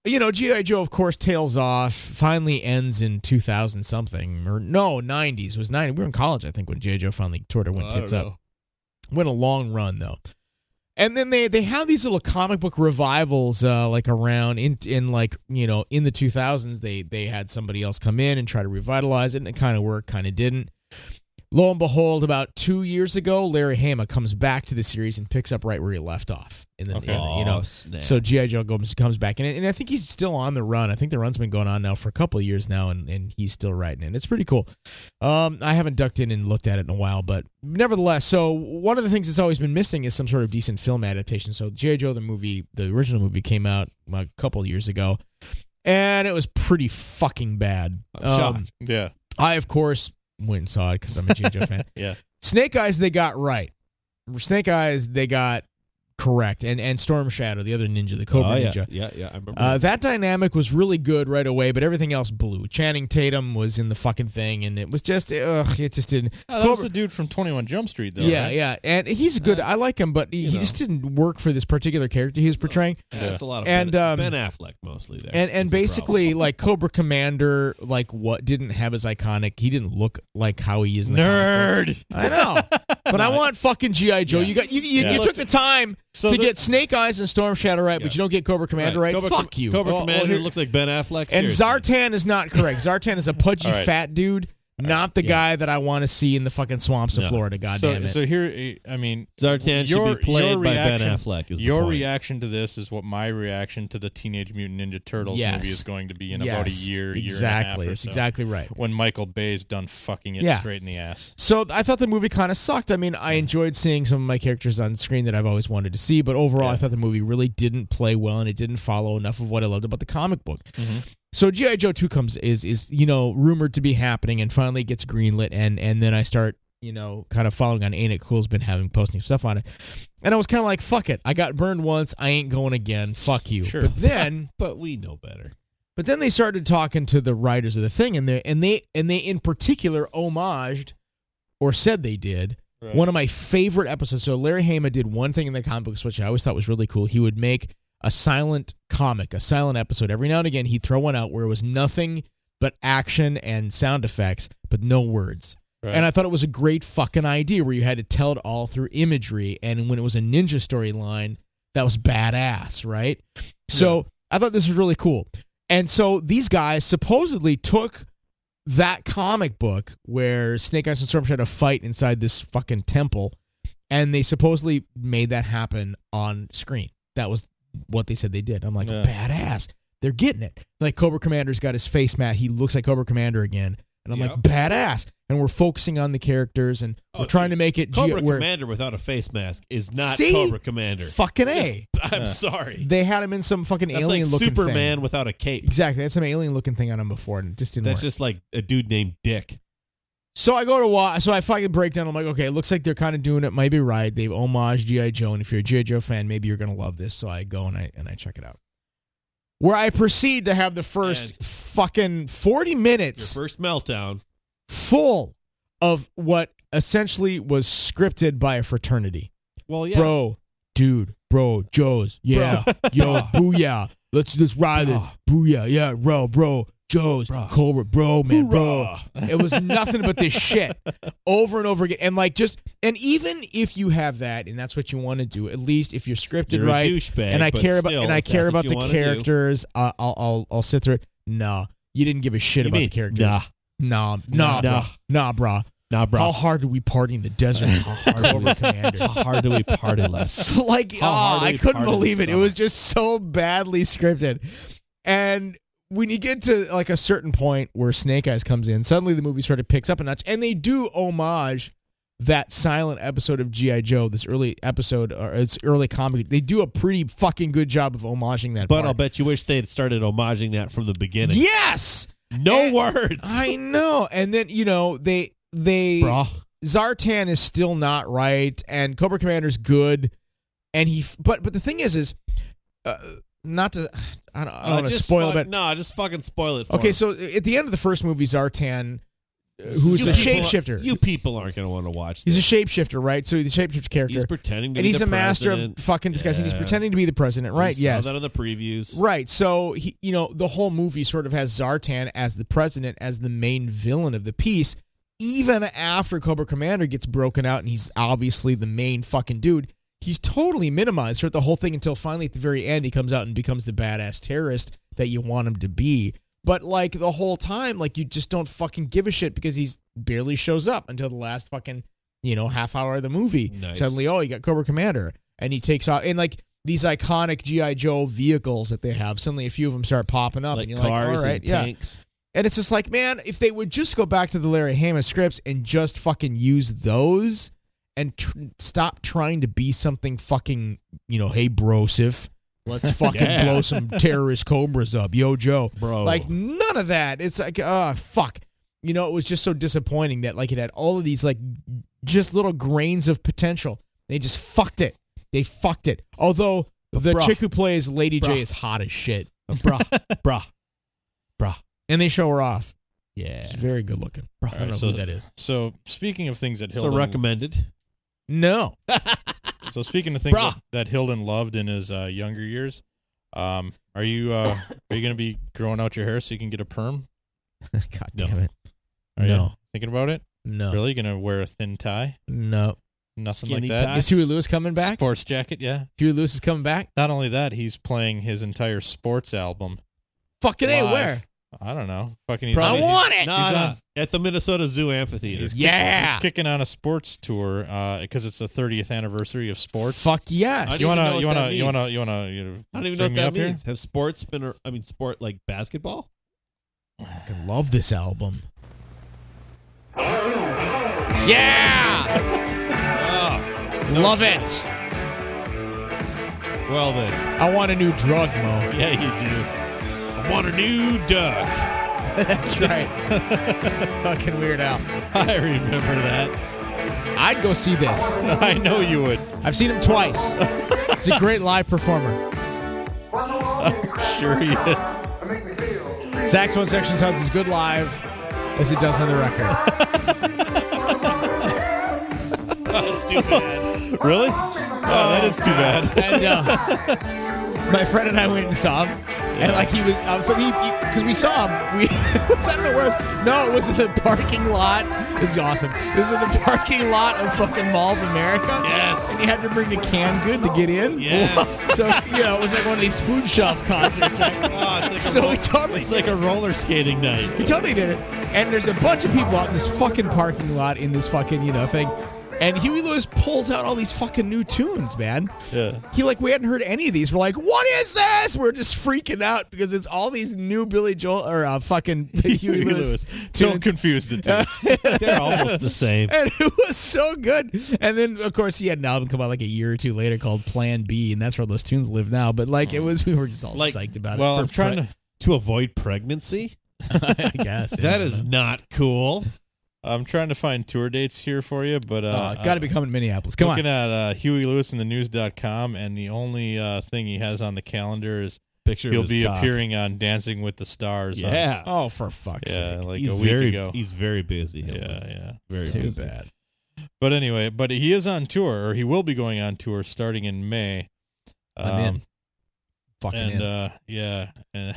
you know, GI Joe of course tails off, finally ends in two thousand something or no nineties was ninety. We were in college, I think, when GI Joe finally sort of went Well, I tits don't up. know. Went a long run though. And then they they have these little comic book revivals uh, like around in in like you know in the 2000s they they had somebody else come in and try to revitalize it and it kind of worked kind of didn't. Lo and behold, about two years ago, Larry Hama comes back to the series and picks up right where he left off. In the, in the- you know, Oh, snap. so GI Joe comes comes back and and I think he's still on the run. I think the run's been going on now for a couple of years now, and and he's still writing it. It's pretty cool. Um, I haven't ducked in and looked at it in a while, but nevertheless, so one of the things that's always been missing is some sort of decent film adaptation. So GI Joe the movie, the original movie, came out a couple of years ago, and it was pretty fucking bad. Um, I'm shocked. Yeah. I, of course, went and saw it because I'm a G.I. Joe fan. [laughs] Yeah. Snake Eyes, they got right. Snake Eyes, they got correct. And and Storm Shadow, the other ninja, the Cobra Oh, yeah. Ninja. Yeah, yeah. I remember. Uh, that dynamic was really good right away, but everything else blew. Channing Tatum was in the fucking thing, and it was just, ugh, it just didn't. Oh, that was Cobra- the dude from 21 Jump Street, though. yeah, right? Uh, yeah. And he's a good, I like him, but he, you he know. just didn't work for this particular character he was portraying. That's a lot of And, and, um, ben, Ben Affleck mostly there. and and is the basically like Cobra Commander, like what didn't have his iconic. He didn't look like how he is. In the comic Nerd. books. I know, but I want fucking GI Joe. Yeah. You got you you, Yeah. you took the time So to the- get Snake Eyes and Storm Shadow right, but Yeah. you don't get Cobra Commander right. Cobra Fuck Com- you. Cobra Well, well, Commander here- looks like Ben Affleck. and seriously. Zartan is not [laughs] correct. Zartan is a pudgy All right. fat dude, not the Yeah. guy that I want to see in the fucking swamps of No. Florida. God so, damn it. so here, eh, I mean, Zartan Your- should be played your by Ben reaction- Affleck. Is the your point. reaction to this is what my reaction to the Teenage Mutant Ninja Turtles Yes. movie is going to be in Yes. about a year, exactly. year and a half. or That's so, exactly right. When Michael Bay's done fucking it Yeah. straight in the ass. So th- I thought the movie kind of sucked. I mean, I enjoyed seeing some of my characters on screen that I've always wanted to see, but overall, I thought the movie really didn't play well and it didn't follow enough of what I loved about the comic book. So GI Joe Two comes is is you know rumored to be happening and finally gets greenlit and and then I start you know kind of following on Ain't It Cool's been having posting stuff on it. And I was kind of like, fuck it. I got burned once. I ain't going again. Fuck you. Sure. But then But we know better. But then they started talking to the writers of the thing, and they and they and they in particular homaged, or said they did one of my favorite episodes. So Larry Hama did one thing in the comic books, which I always thought was really cool. He would make a silent comic, a silent episode. Every now and again, he'd throw one out where it was nothing but action and sound effects, but no words. Right. And I thought it was a great fucking idea where you had to tell it all through imagery. And when it was a ninja storyline, that was badass, right? So I thought this was really cool. And so these guys supposedly took that comic book where Snake Eyes and Storm Shadow fight inside this fucking temple, and they supposedly made that happen on screen. That was what they said they did. I'm like, Yeah. badass. They're getting it. Like Cobra Commander's got his face mat. He looks like Cobra Commander again. And I'm like, badass. And we're focusing on the characters and Oh, we're trying to make it. Cobra ge- we're- Commander without a face mask is not See? Cobra Commander. [laughs] Fucking A. I'm Yeah. sorry. They had him in some fucking That's alien like looking Superman thing. without a cape. Exactly. They had some alien looking thing on him before and it just didn't work. That's just like a dude named Dick. So I go to watch. So I fucking break down. I'm like, okay, it looks like they're kind of doing it. Might be right. They've homaged GI Joe, and if you're a GI Joe fan, maybe you're gonna love this. So I go and I and I check it out. Where I proceed to have the first And- fucking 40 Your minutes first meltdown. full of what essentially was scripted by a fraternity. Well, yeah. Bro, dude, bro, Joe's, yeah, yo, [laughs] booyah. Let's let's ride it, booyah, yeah, bro, bro, Joe's, Bruh. Cobra, bro, man, bro. Hoorah. It was nothing but this shit over and over again. And like just and even if you have that and that's what you want to do, at least if you're scripted You're a right douchebag, and I but care about still, and I if that's care what about you the wanna do. characters, I I'll, I'll I'll sit through it. Nah, you didn't give a shit You about mean, the characters. nah. Nah, nah, Nah. nah, nah, brah. Nah, bro. How hard did we party in the desert? [laughs] How hard were we commander? How hard do we [laughs] party less? It's [laughs] like How ah, hard I they couldn't parted believe it. It was summer. just so badly scripted. And when you get to like a certain point where Snake Eyes comes in, suddenly the movie sort of picks up a notch, and they do homage that silent episode of GI Joe, this early episode or its early comic. They do a pretty fucking good job of homaging that. But part. I'll bet you wish they had started homaging that from the beginning. yes, No And- words. eh, I know. And then you know they they Bruh. Zartan is still not right, and Cobra Commander's good, and he. f- But but the thing is, is uh, not to. [sighs] I don't, I don't Uh, want to just spoil fuck- it, but No, just fucking spoil it for okay. him. So at the end of the first movie, Zartan, uh, who's You a people- shapeshifter, You people aren't going to want to watch he's this. a shapeshifter, right? So he's a shapeshifter character, He's pretending to and be he's the a master of president. fucking disgusting. He's Yeah. pretending to be the president, right? We yes, Saw that in the previews. Right. So he, you know, the whole movie sort of has Zartan as the president as the main villain of the piece. Even after Cobra Commander gets broken out and he's obviously the main fucking dude, he's totally minimized throughout the whole thing until finally at the very end he comes out and becomes the badass terrorist that you want him to be. But like the whole time, like you just don't fucking give a shit because he's barely shows up until the last fucking you know half hour of the movie. Nice. Suddenly, oh, you got Cobra Commander, and he takes off and like these iconic GI Joe vehicles that they have. Suddenly, a few of them start popping up, Like and you're like, cars all right, and yeah. tanks. And it's just like, man, if they would just go back to the Larry Hama scripts and just fucking use those and tr- stop trying to be something fucking, you know, hey, brosif. [laughs] Let's fucking Yeah. blow some terrorist cobras up. Yo, Joe. Bro. Like, none of that. It's like, ah, fuck. You know, it was just so disappointing that, like, it had all of these, like, just little grains of potential. They just fucked it. They fucked it. Although, the bruh. chick who plays Lady Bruh. J is hot as shit. bruh, [laughs] bruh, bruh. And they show her off. Yeah. She's very good looking. I don't Alright, know so who that is. So speaking of things that So Hilden, recommended. No. so speaking of things Bruh. that, that Hilden loved in his uh, younger years, um, are you uh, are you going to be growing out your hair so you can get a perm? [laughs] God No. damn it. Are you No. thinking about it? No. Really, going to wear a thin tie? No. Nothing Skinny like that. tie? Is Huey Lewis coming back? Sports jacket, yeah. Huey Lewis is coming back? Not only that, he's playing his entire sports album. Fucking A, Live. where? I don't know. Fucking, he's I on- want it. Nah, He's nah. on- At the Minnesota Zoo Amphitheater. He's Yeah. He's kicking on a sports tour because it's the 30th anniversary of sports. Fuck I yes. don't You wanna, know you what wanna, that you wanna, means. you wanna, you know, I don't even know what bring me that up here? means. Have sports been, ar- I mean, sport like basketball? I love this album. Yeah. Oh, Love it. well then. I want a new drug, [laughs] Mo. Yeah, you do. [laughs] I want a new duck. [laughs] That's right. [laughs] Fucking weird out. I remember that. I'd go see this. I know you would. I've seen him twice. He's a great live performer. Sure he is. Saxophone section sounds as good live as it does on the record. That's too [laughs] bad. really? Oh, that is [laughs] too bad. and uh, my friend and I went and saw him. And like he was, all of a sudden, because we saw him, we [laughs] I don't know where else. No, it was in the parking lot. This is awesome. This is in the parking lot of fucking Mall of America. Yes. [laughs] And you had to bring the canned good to get in. Yes. [laughs] So you know, it was like one of these food shelf concerts, right? Oh, it's like So a, we roll- totally, it's like a roller skating [laughs] night. we totally did it. And there's a bunch of people out in this fucking parking lot in this fucking you know thing. And Huey Lewis pulls out all these fucking new tunes, man. Yeah. He like we hadn't heard any of these. We're like, what is this? We're just freaking out because it's all these new Billy Joel or uh, fucking Huey Lewis. Don't tunes. confuse the two. [laughs] They're almost the same. and it was so good. And then of course he had an album come out like a year or two later called Plan B, and that's where those tunes live now. But like it was, we were just all Like, psyched about well, it. I'm trying to. To avoid pregnancy? I guess yeah. That is not cool. I'm trying to find tour dates here for you, but uh, uh, got to be coming to Minneapolis. Come looking on, at uh, Huey Lewis in the news.com, and the only uh, thing he has on the calendar is Picture of he'll his be cock. appearing on Dancing with the Stars. on- Yeah. oh for fuck's yeah, sake, like he's a week very, ago. He's very busy. Hilton. yeah, yeah. Very too busy. bad. But anyway, but he is on tour, or he will be going on tour starting in May. Um, I'm in. Fucking And in. uh, yeah, and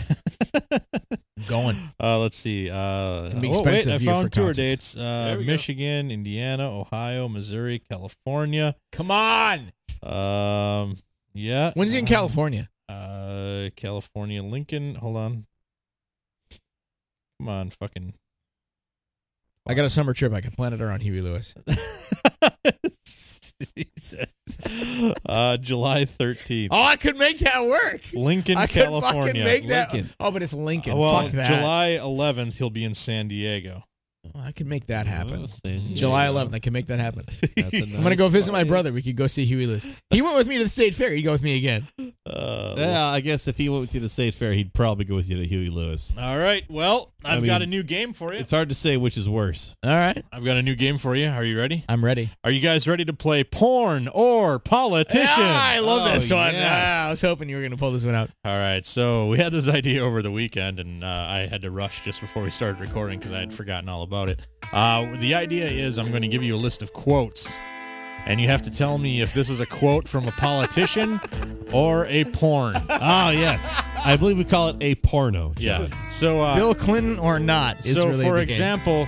going. [laughs] uh, let's see. Uh, Can be oh wait, expensive here I for found tour concerts. dates: uh, Michigan, Indiana, Ohio, Missouri, California. Come on. Um, yeah. When's he in um, California? Uh, California, Lincoln. Hold on. Come on, fucking. [laughs] I got a summer trip. I can plan it around Huey Lewis. Jesus. Uh, July thirteenth, Oh, I could make that work. Lincoln, I could California. fucking make that. Lincoln. Oh, but it's Lincoln. Uh, well, Fuck that. July 11th, he'll be in San Diego. Oh, I could make that happen. Oh, San July Diego. 11th, I can make that happen. That's a I'm gonna go nice visit my place. brother. We could go see Huey Lewis. He went with me to the state fair. You go with me again. Uh, Yeah, I guess if he went to the state fair, he'd probably go with you to Huey Lewis. All right. Well, I've I mean, got a new game for you. It's hard to say which is worse. All right, I've got a new game for you. Are you ready? I'm [laughs] ready. Are you guys ready to play porn or politician? Ah, I love Oh, this one. yes. Ah, I was hoping you were gonna pull this one out. All right. So we had this [laughs] idea over the weekend, and uh, I had to rush just before we started recording because I had forgotten all about it. Uh, the idea is I'm going to give you a list of quotes, and you have to tell me if this is a quote from a politician or a [laughs] porn. Ah, yes. I believe we call it a porno. Yeah. John. So uh, Bill Clinton or not is so really for the example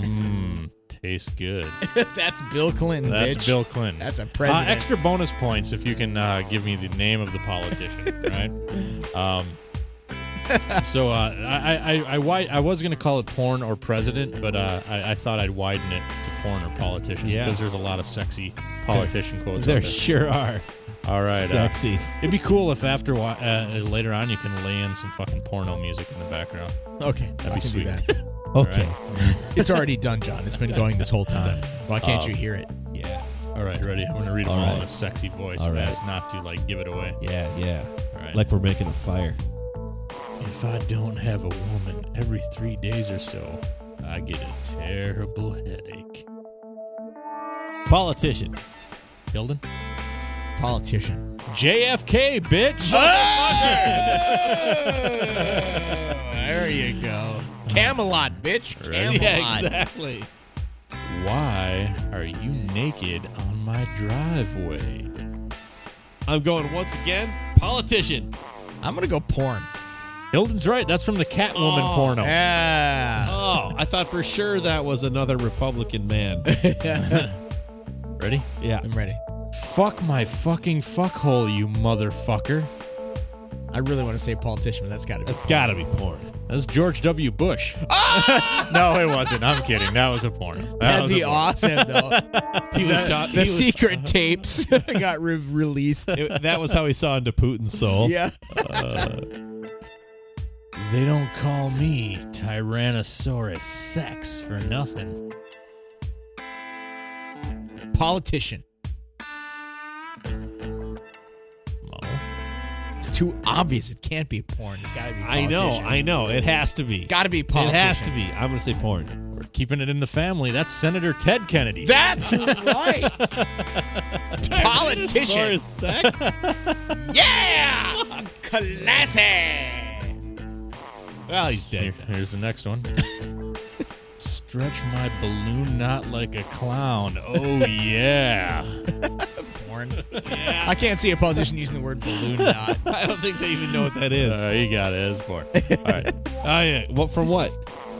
mm, tastes good game. [laughs] that's Bill Clinton. that's bitch. bill clinton That's a uh, president. extra bonus points if you can uh, give me the name of [laughs] the politician right um, so uh, I, I, I, I, wi- I was going to call it porn or president but uh, I, I thought i'd widen it to porn or politician Yeah. because there's a lot of sexy politician quotes [laughs] out There there. sure are. all right uh, Sexy. it'd be cool if after wa- uh, later on you can lay in some fucking porno music in the background okay, that'd I be can sweet do that. okay. It's already done, John. It's [laughs] been going this whole time. Why Oh. can't you hear it? Yeah. All right, ready. I'm gonna read All them all, in right. a sexy voice, All so right. as not to like give it away. Yeah. Yeah. All right. Like we're making a fire. if I don't have a woman every three days or so, I get a terrible headache. Politician. Hilden. Politician. JFK, bitch. There you go. Camelot, bitch. Camelot. exactly. Why are you naked on my driveway? I'm going once again. Politician. I'm gonna go porn. Hilden's right. That's from the Catwoman Oh, porno. Yeah. Oh, I thought for sure that was another Republican man. [laughs] [laughs] Ready? Yeah. I'm ready. Fuck my fucking fuckhole, you motherfucker. I really want to say politician, but that's gotta be. That's got to be porn. That's George W. Bush. no, it wasn't. I'm kidding. That was a porno. That That'd was a be porno. awesome, though. He was ta- he the was- secret tapes [laughs] got re- released. it- that was how he saw into Putin's soul. Yeah. They don't call me Tyrannosaurus Sex for nothing. Politician. Mo. It's too obvious. It can't be porn. It's gotta be. I know. politician. I know. It has to be. Gotta be It politician. has to be. I'm going to say porn. We're keeping it in the family. That's Senator Ted Kennedy. That's right. [laughs] Politician. Yeah. Classy. Well, he's Here- dead. here's the next one. Stretch my balloon knot like a clown. [laughs] Oh yeah. Porn. I can't see a politician using the word balloon [laughs] knot. I don't think they even know what that is. Uh, you got it. [laughs] It's porn. All right. Oh, yeah. Well, from what?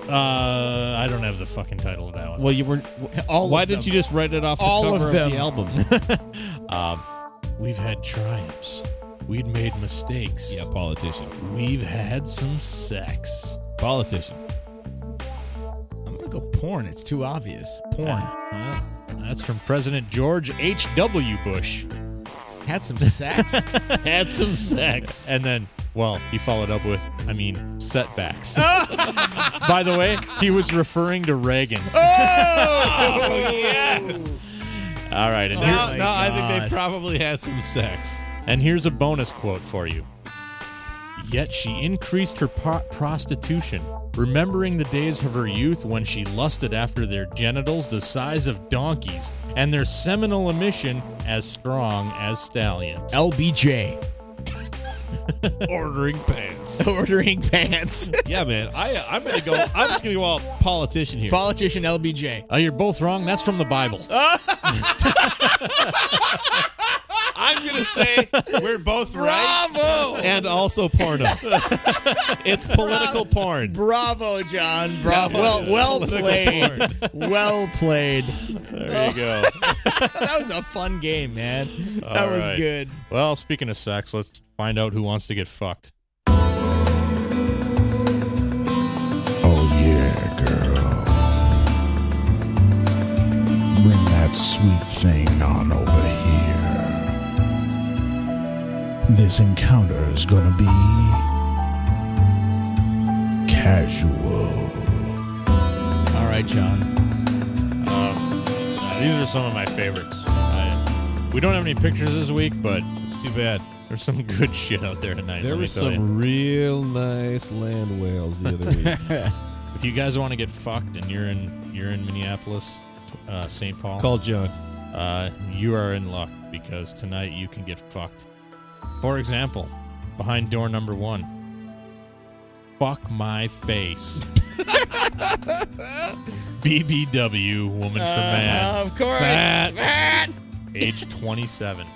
Uh, I don't have the fucking title of that one. Well, you were. All why of didn't them. you just write it off the All cover of of, them. the album? We've had triumphs. We'd made mistakes. yeah, politician. We've had some sex. Politician. I'm gonna go porn. It's too obvious. Porn. Well, that's from President George H.W. Bush. Had some [laughs] sex. [laughs] Had some sex. And then, well, he followed up with, I mean, [laughs] setbacks. By the way, he was referring to [laughs] Reagan. Oh, yes. All right. And, No, here- no, I think they God. probably had some sex. and here's a bonus quote for you. Yet she increased her pro- prostitution, remembering the days of her youth when she lusted after their genitals the size of donkeys and their seminal emission as strong as stallions. LBJ. Ordering pants. Ordering pants. yeah, man. I I'm gonna go. I'm just gonna go all politician here. politician LBJ. Uh, you're both wrong. That's from the Bible. [laughs] I'm gonna say we're both right. Bravo. And also porno. it's political porn. Bravo, John. Bravo. That was Well, well political played. well played. There you go. That was a fun game, man. That All was right. good. Well, speaking of sex, let's find out who wants to get fucked. Oh yeah, girl. Bring that sweet thing on over here. This encounter is gonna be casual. All right, John. Uh, these are some of my favorites. I, we don't have any pictures this week, but It's too bad. there's some good shit out there tonight. There let me were tell you. some real nice land whales the other [laughs] week. If you guys want to get fucked and you're in you're in Minneapolis, uh, St. Paul, Call John. uh, you are in luck because tonight you can get fucked. For example, behind door number one, fuck my face. BBW, woman for man. Uh, of course. Fat. Age 27.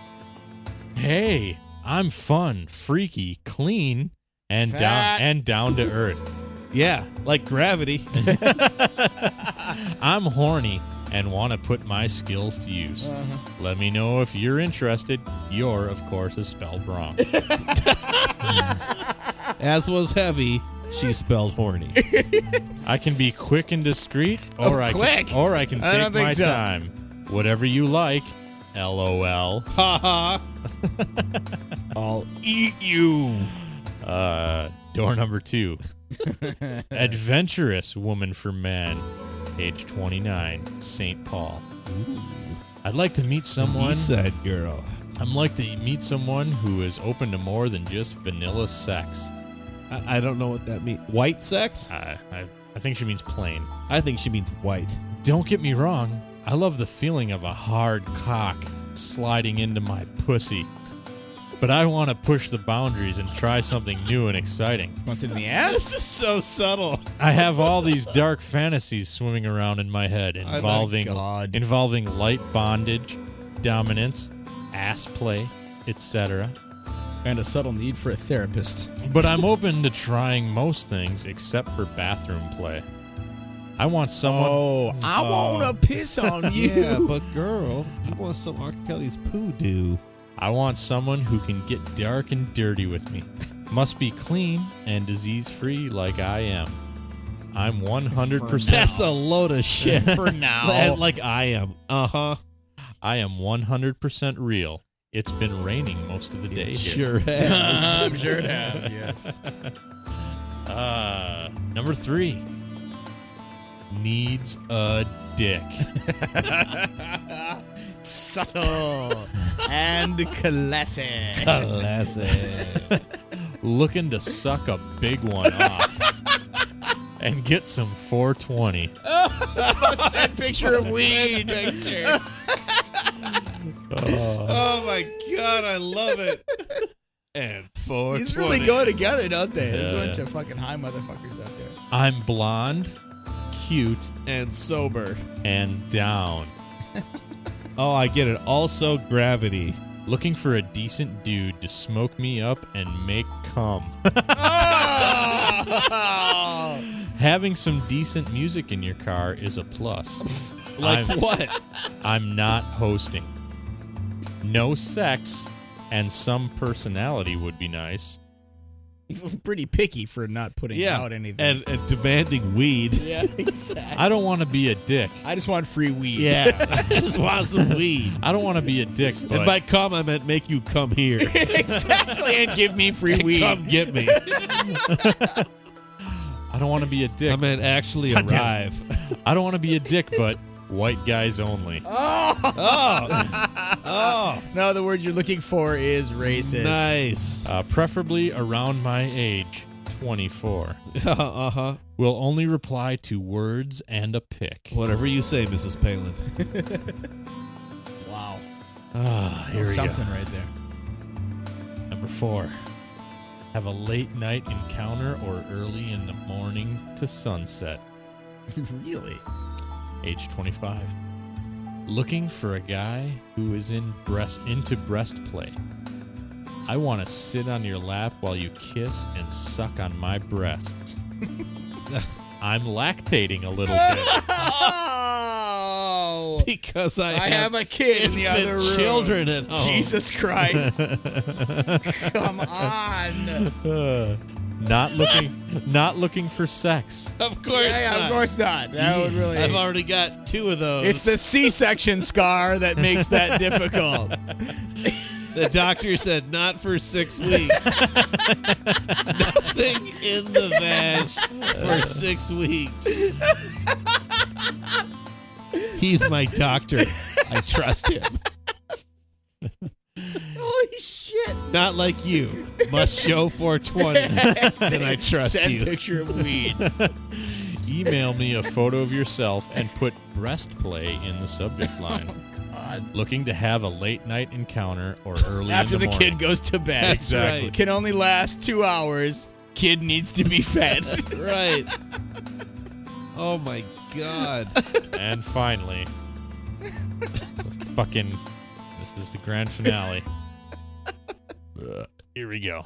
Hey, I'm fun, freaky, clean, and Fat. down and down to earth. Yeah, like gravity. [laughs] [laughs] I'm horny and want to put my skills to use. Uh-huh. Let me know if you're interested. Your, of course, is spelled wrong. [laughs] As was heavy, she spelled horny. Oh, I can be quick and discreet, or I quick? Can, or I can I take don't think my so. time. Whatever you like. LOL. Ha ha. I'll eat you. Uh, door number [laughs] two. Adventurous woman for man, age 29, St. Paul. I'd like to meet someone. East Side Girl. I'm like to meet someone who is open to more than just vanilla sex. I, I don't know what that means. White sex? I, I, I think she means plain. I think she means white. Don't get me wrong, I love the feeling of a hard cock sliding into my pussy. But I want to push the boundaries and try something new and exciting. Wants it in the ass? This is so subtle. I have all [laughs] these dark fantasies swimming around in my head Oh my involving God. involving light bondage, dominance, ass play, etc. And a subtle need for a therapist. But I'm open to trying most things except for bathroom play. I want someone Oh, I want to piss [laughs] on you. Uh, Yeah, but girl, you want some R. Kelly's poo doo. I want someone who can get dark and dirty with me. Must be clean and disease free like I am. I'm 100% That's a load [laughs] of shit. For [laughs] now. Like- like I am. Uh huh. Uh-huh. I am 100% real. It's been raining most of the day here. [laughs] Sure has. I'm sure it [laughs] has, yes. Uh, number 3. Needs a dick. Subtle and classic. [laughs] Classic. Looking to suck a big one off. and get some 420. That picture of weed. Oh my god, I love it. and four. These really go together, don't they? There's a Yeah, bunch yeah. of fucking high motherfuckers out there. I'm blonde, cute, and sober. and down. Oh, I get it. Also gravity. Looking for a decent dude to smoke me up and make [laughs] cum. Having some decent music in your car is a plus. Like I'm- what? I'm not hosting. No sex and some personality would be nice. He's pretty picky for not putting Yeah, out anything. And, and demanding [laughs] weed. yeah, exactly. I don't want to be a dick. I just want free weed. Yeah, [laughs] I just want some weed. I don't want to be a dick, and but by come, I meant make you come [laughs] here. [laughs] exactly. And give me free weed. come get me. I don't want to be a dick. I meant actually arrive. I don't want to be a dick, but white guys only. Oh, Oh, [laughs] oh, no, the word you're looking for is racist. [laughs] nice. Uh, preferably around my age, [laughs] 24. Uh huh. Will only reply to words and a pic. Whatever you say, Mrs. Palin. Wow. Ah, here we go. Something right there. Number four. Have a late night encounter or early in the morning to sunset. [laughs] really? age 25. Looking for a guy who is in breast into breast play. I want to sit on your lap while you kiss and suck on [laughs] my breast. I'm lactating a [laughs] little bit. Oh. Because I, I have a kid in the infant other room. children at home. Jesus [laughs] Christ. Come on. Uh, not looking not looking for sex. Of course. Yeah, yeah, not. of course not. That would really. I've already got two of [laughs] those. it's the C-section scar that makes [laughs] that difficult. The doctor said not for six weeks. Nothing in the vag for six weeks. He's my doctor. I trust him. Holy [laughs] shit! Not like you. Must show 420. and I trust Send you. picture of weed. Email me a photo of yourself and put breast play in the subject line. Oh, Looking to have a late night encounter or early After in the, the, morning. kid goes to bed. That's Exactly. right. Can only last two hours. Kid needs to be [laughs] fed. Right. Oh my God. And finally, the fucking, this is the grand finale. Ugh, Here we go.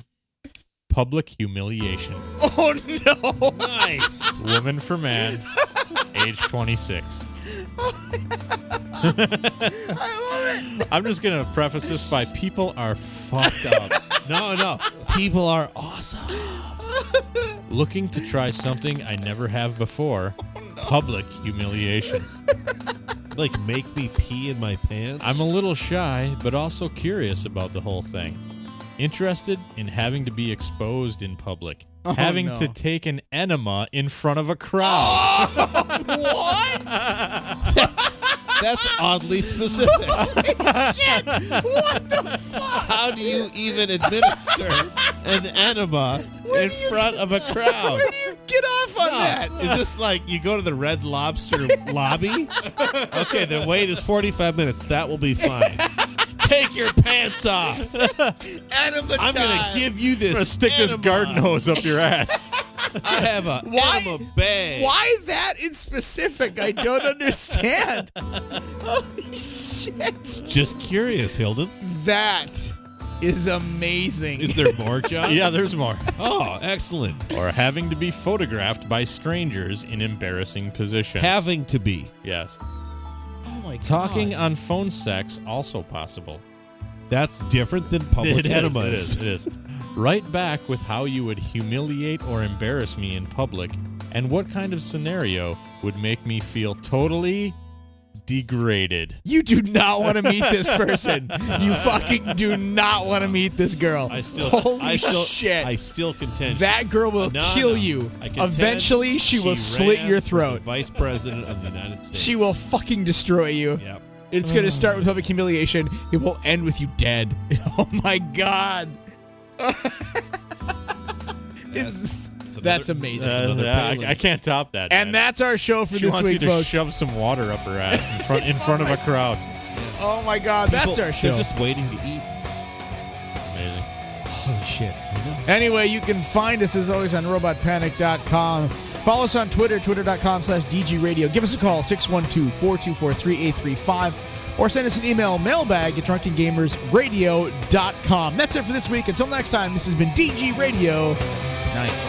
Public humiliation. oh no! Nice. [laughs] Woman for man, age 26. I love it. I'm just going to preface this by people are fucked up. No, no. People are awesome. Looking to try something I never have before. Public humiliation. Like, make me pee in my pants. I'm a little shy, but also curious about the whole thing. Interested in having to be exposed in public, Oh, having no. to take an enema in front of a crowd. [laughs] That's oddly specific. What the fuck? How do you even administer an enema in front of [laughs] a crowd? Where do you get off on that? Is this like you go to the [laughs] Red Lobster lobby? Okay, the wait is 45 minutes. That will be fine. Take your pants off. I'm going to give you this. Gonna stick this enema. garden hose up your ass. I have a Why- enema bag. Why that in specific? I [laughs] don't understand. Holy shit! Just curious, Hilden. That is amazing. Is there more, John? yeah, there's more. Oh, excellent. Or having to be photographed by strangers in embarrassing positions. Having to be. yes. oh my God. Talking on phone sex also possible. That's different than public [laughs] It is, enemas. it is. It is. Write back with how you would humiliate or embarrass me in public, and what kind of scenario would make me feel totally degraded. You do not want to meet this person. [laughs] You fucking do not want to meet this girl. I still, Holy I still, shit! I still contend that girl will No, kill no. you. I contend Eventually, she, will ran slit your as the throat. Vice President of the United States. She will fucking destroy you. Yep. It's gonna start Mm. with public humiliation. It will end with you dead. [laughs] [laughs] Oh my god. This is- It's That's amazing. Uh, another yeah, Palin. I, I can't top that. And man. that's our show for she this wants week, you to folks. shove some water up her ass in front in front of a crowd. oh my God, that's People- our show. They're just waiting to eat. Amazing. Holy shit. Anyway, you can find us as always on robotpanic.com. Follow us on Twitter, twitter.com slash dgradio. Give us a call, 612-424-3835, or send us an email, mailbag at drunkengamersradio.com. That's it for this week. Until next time, this has been DG Radio. Night.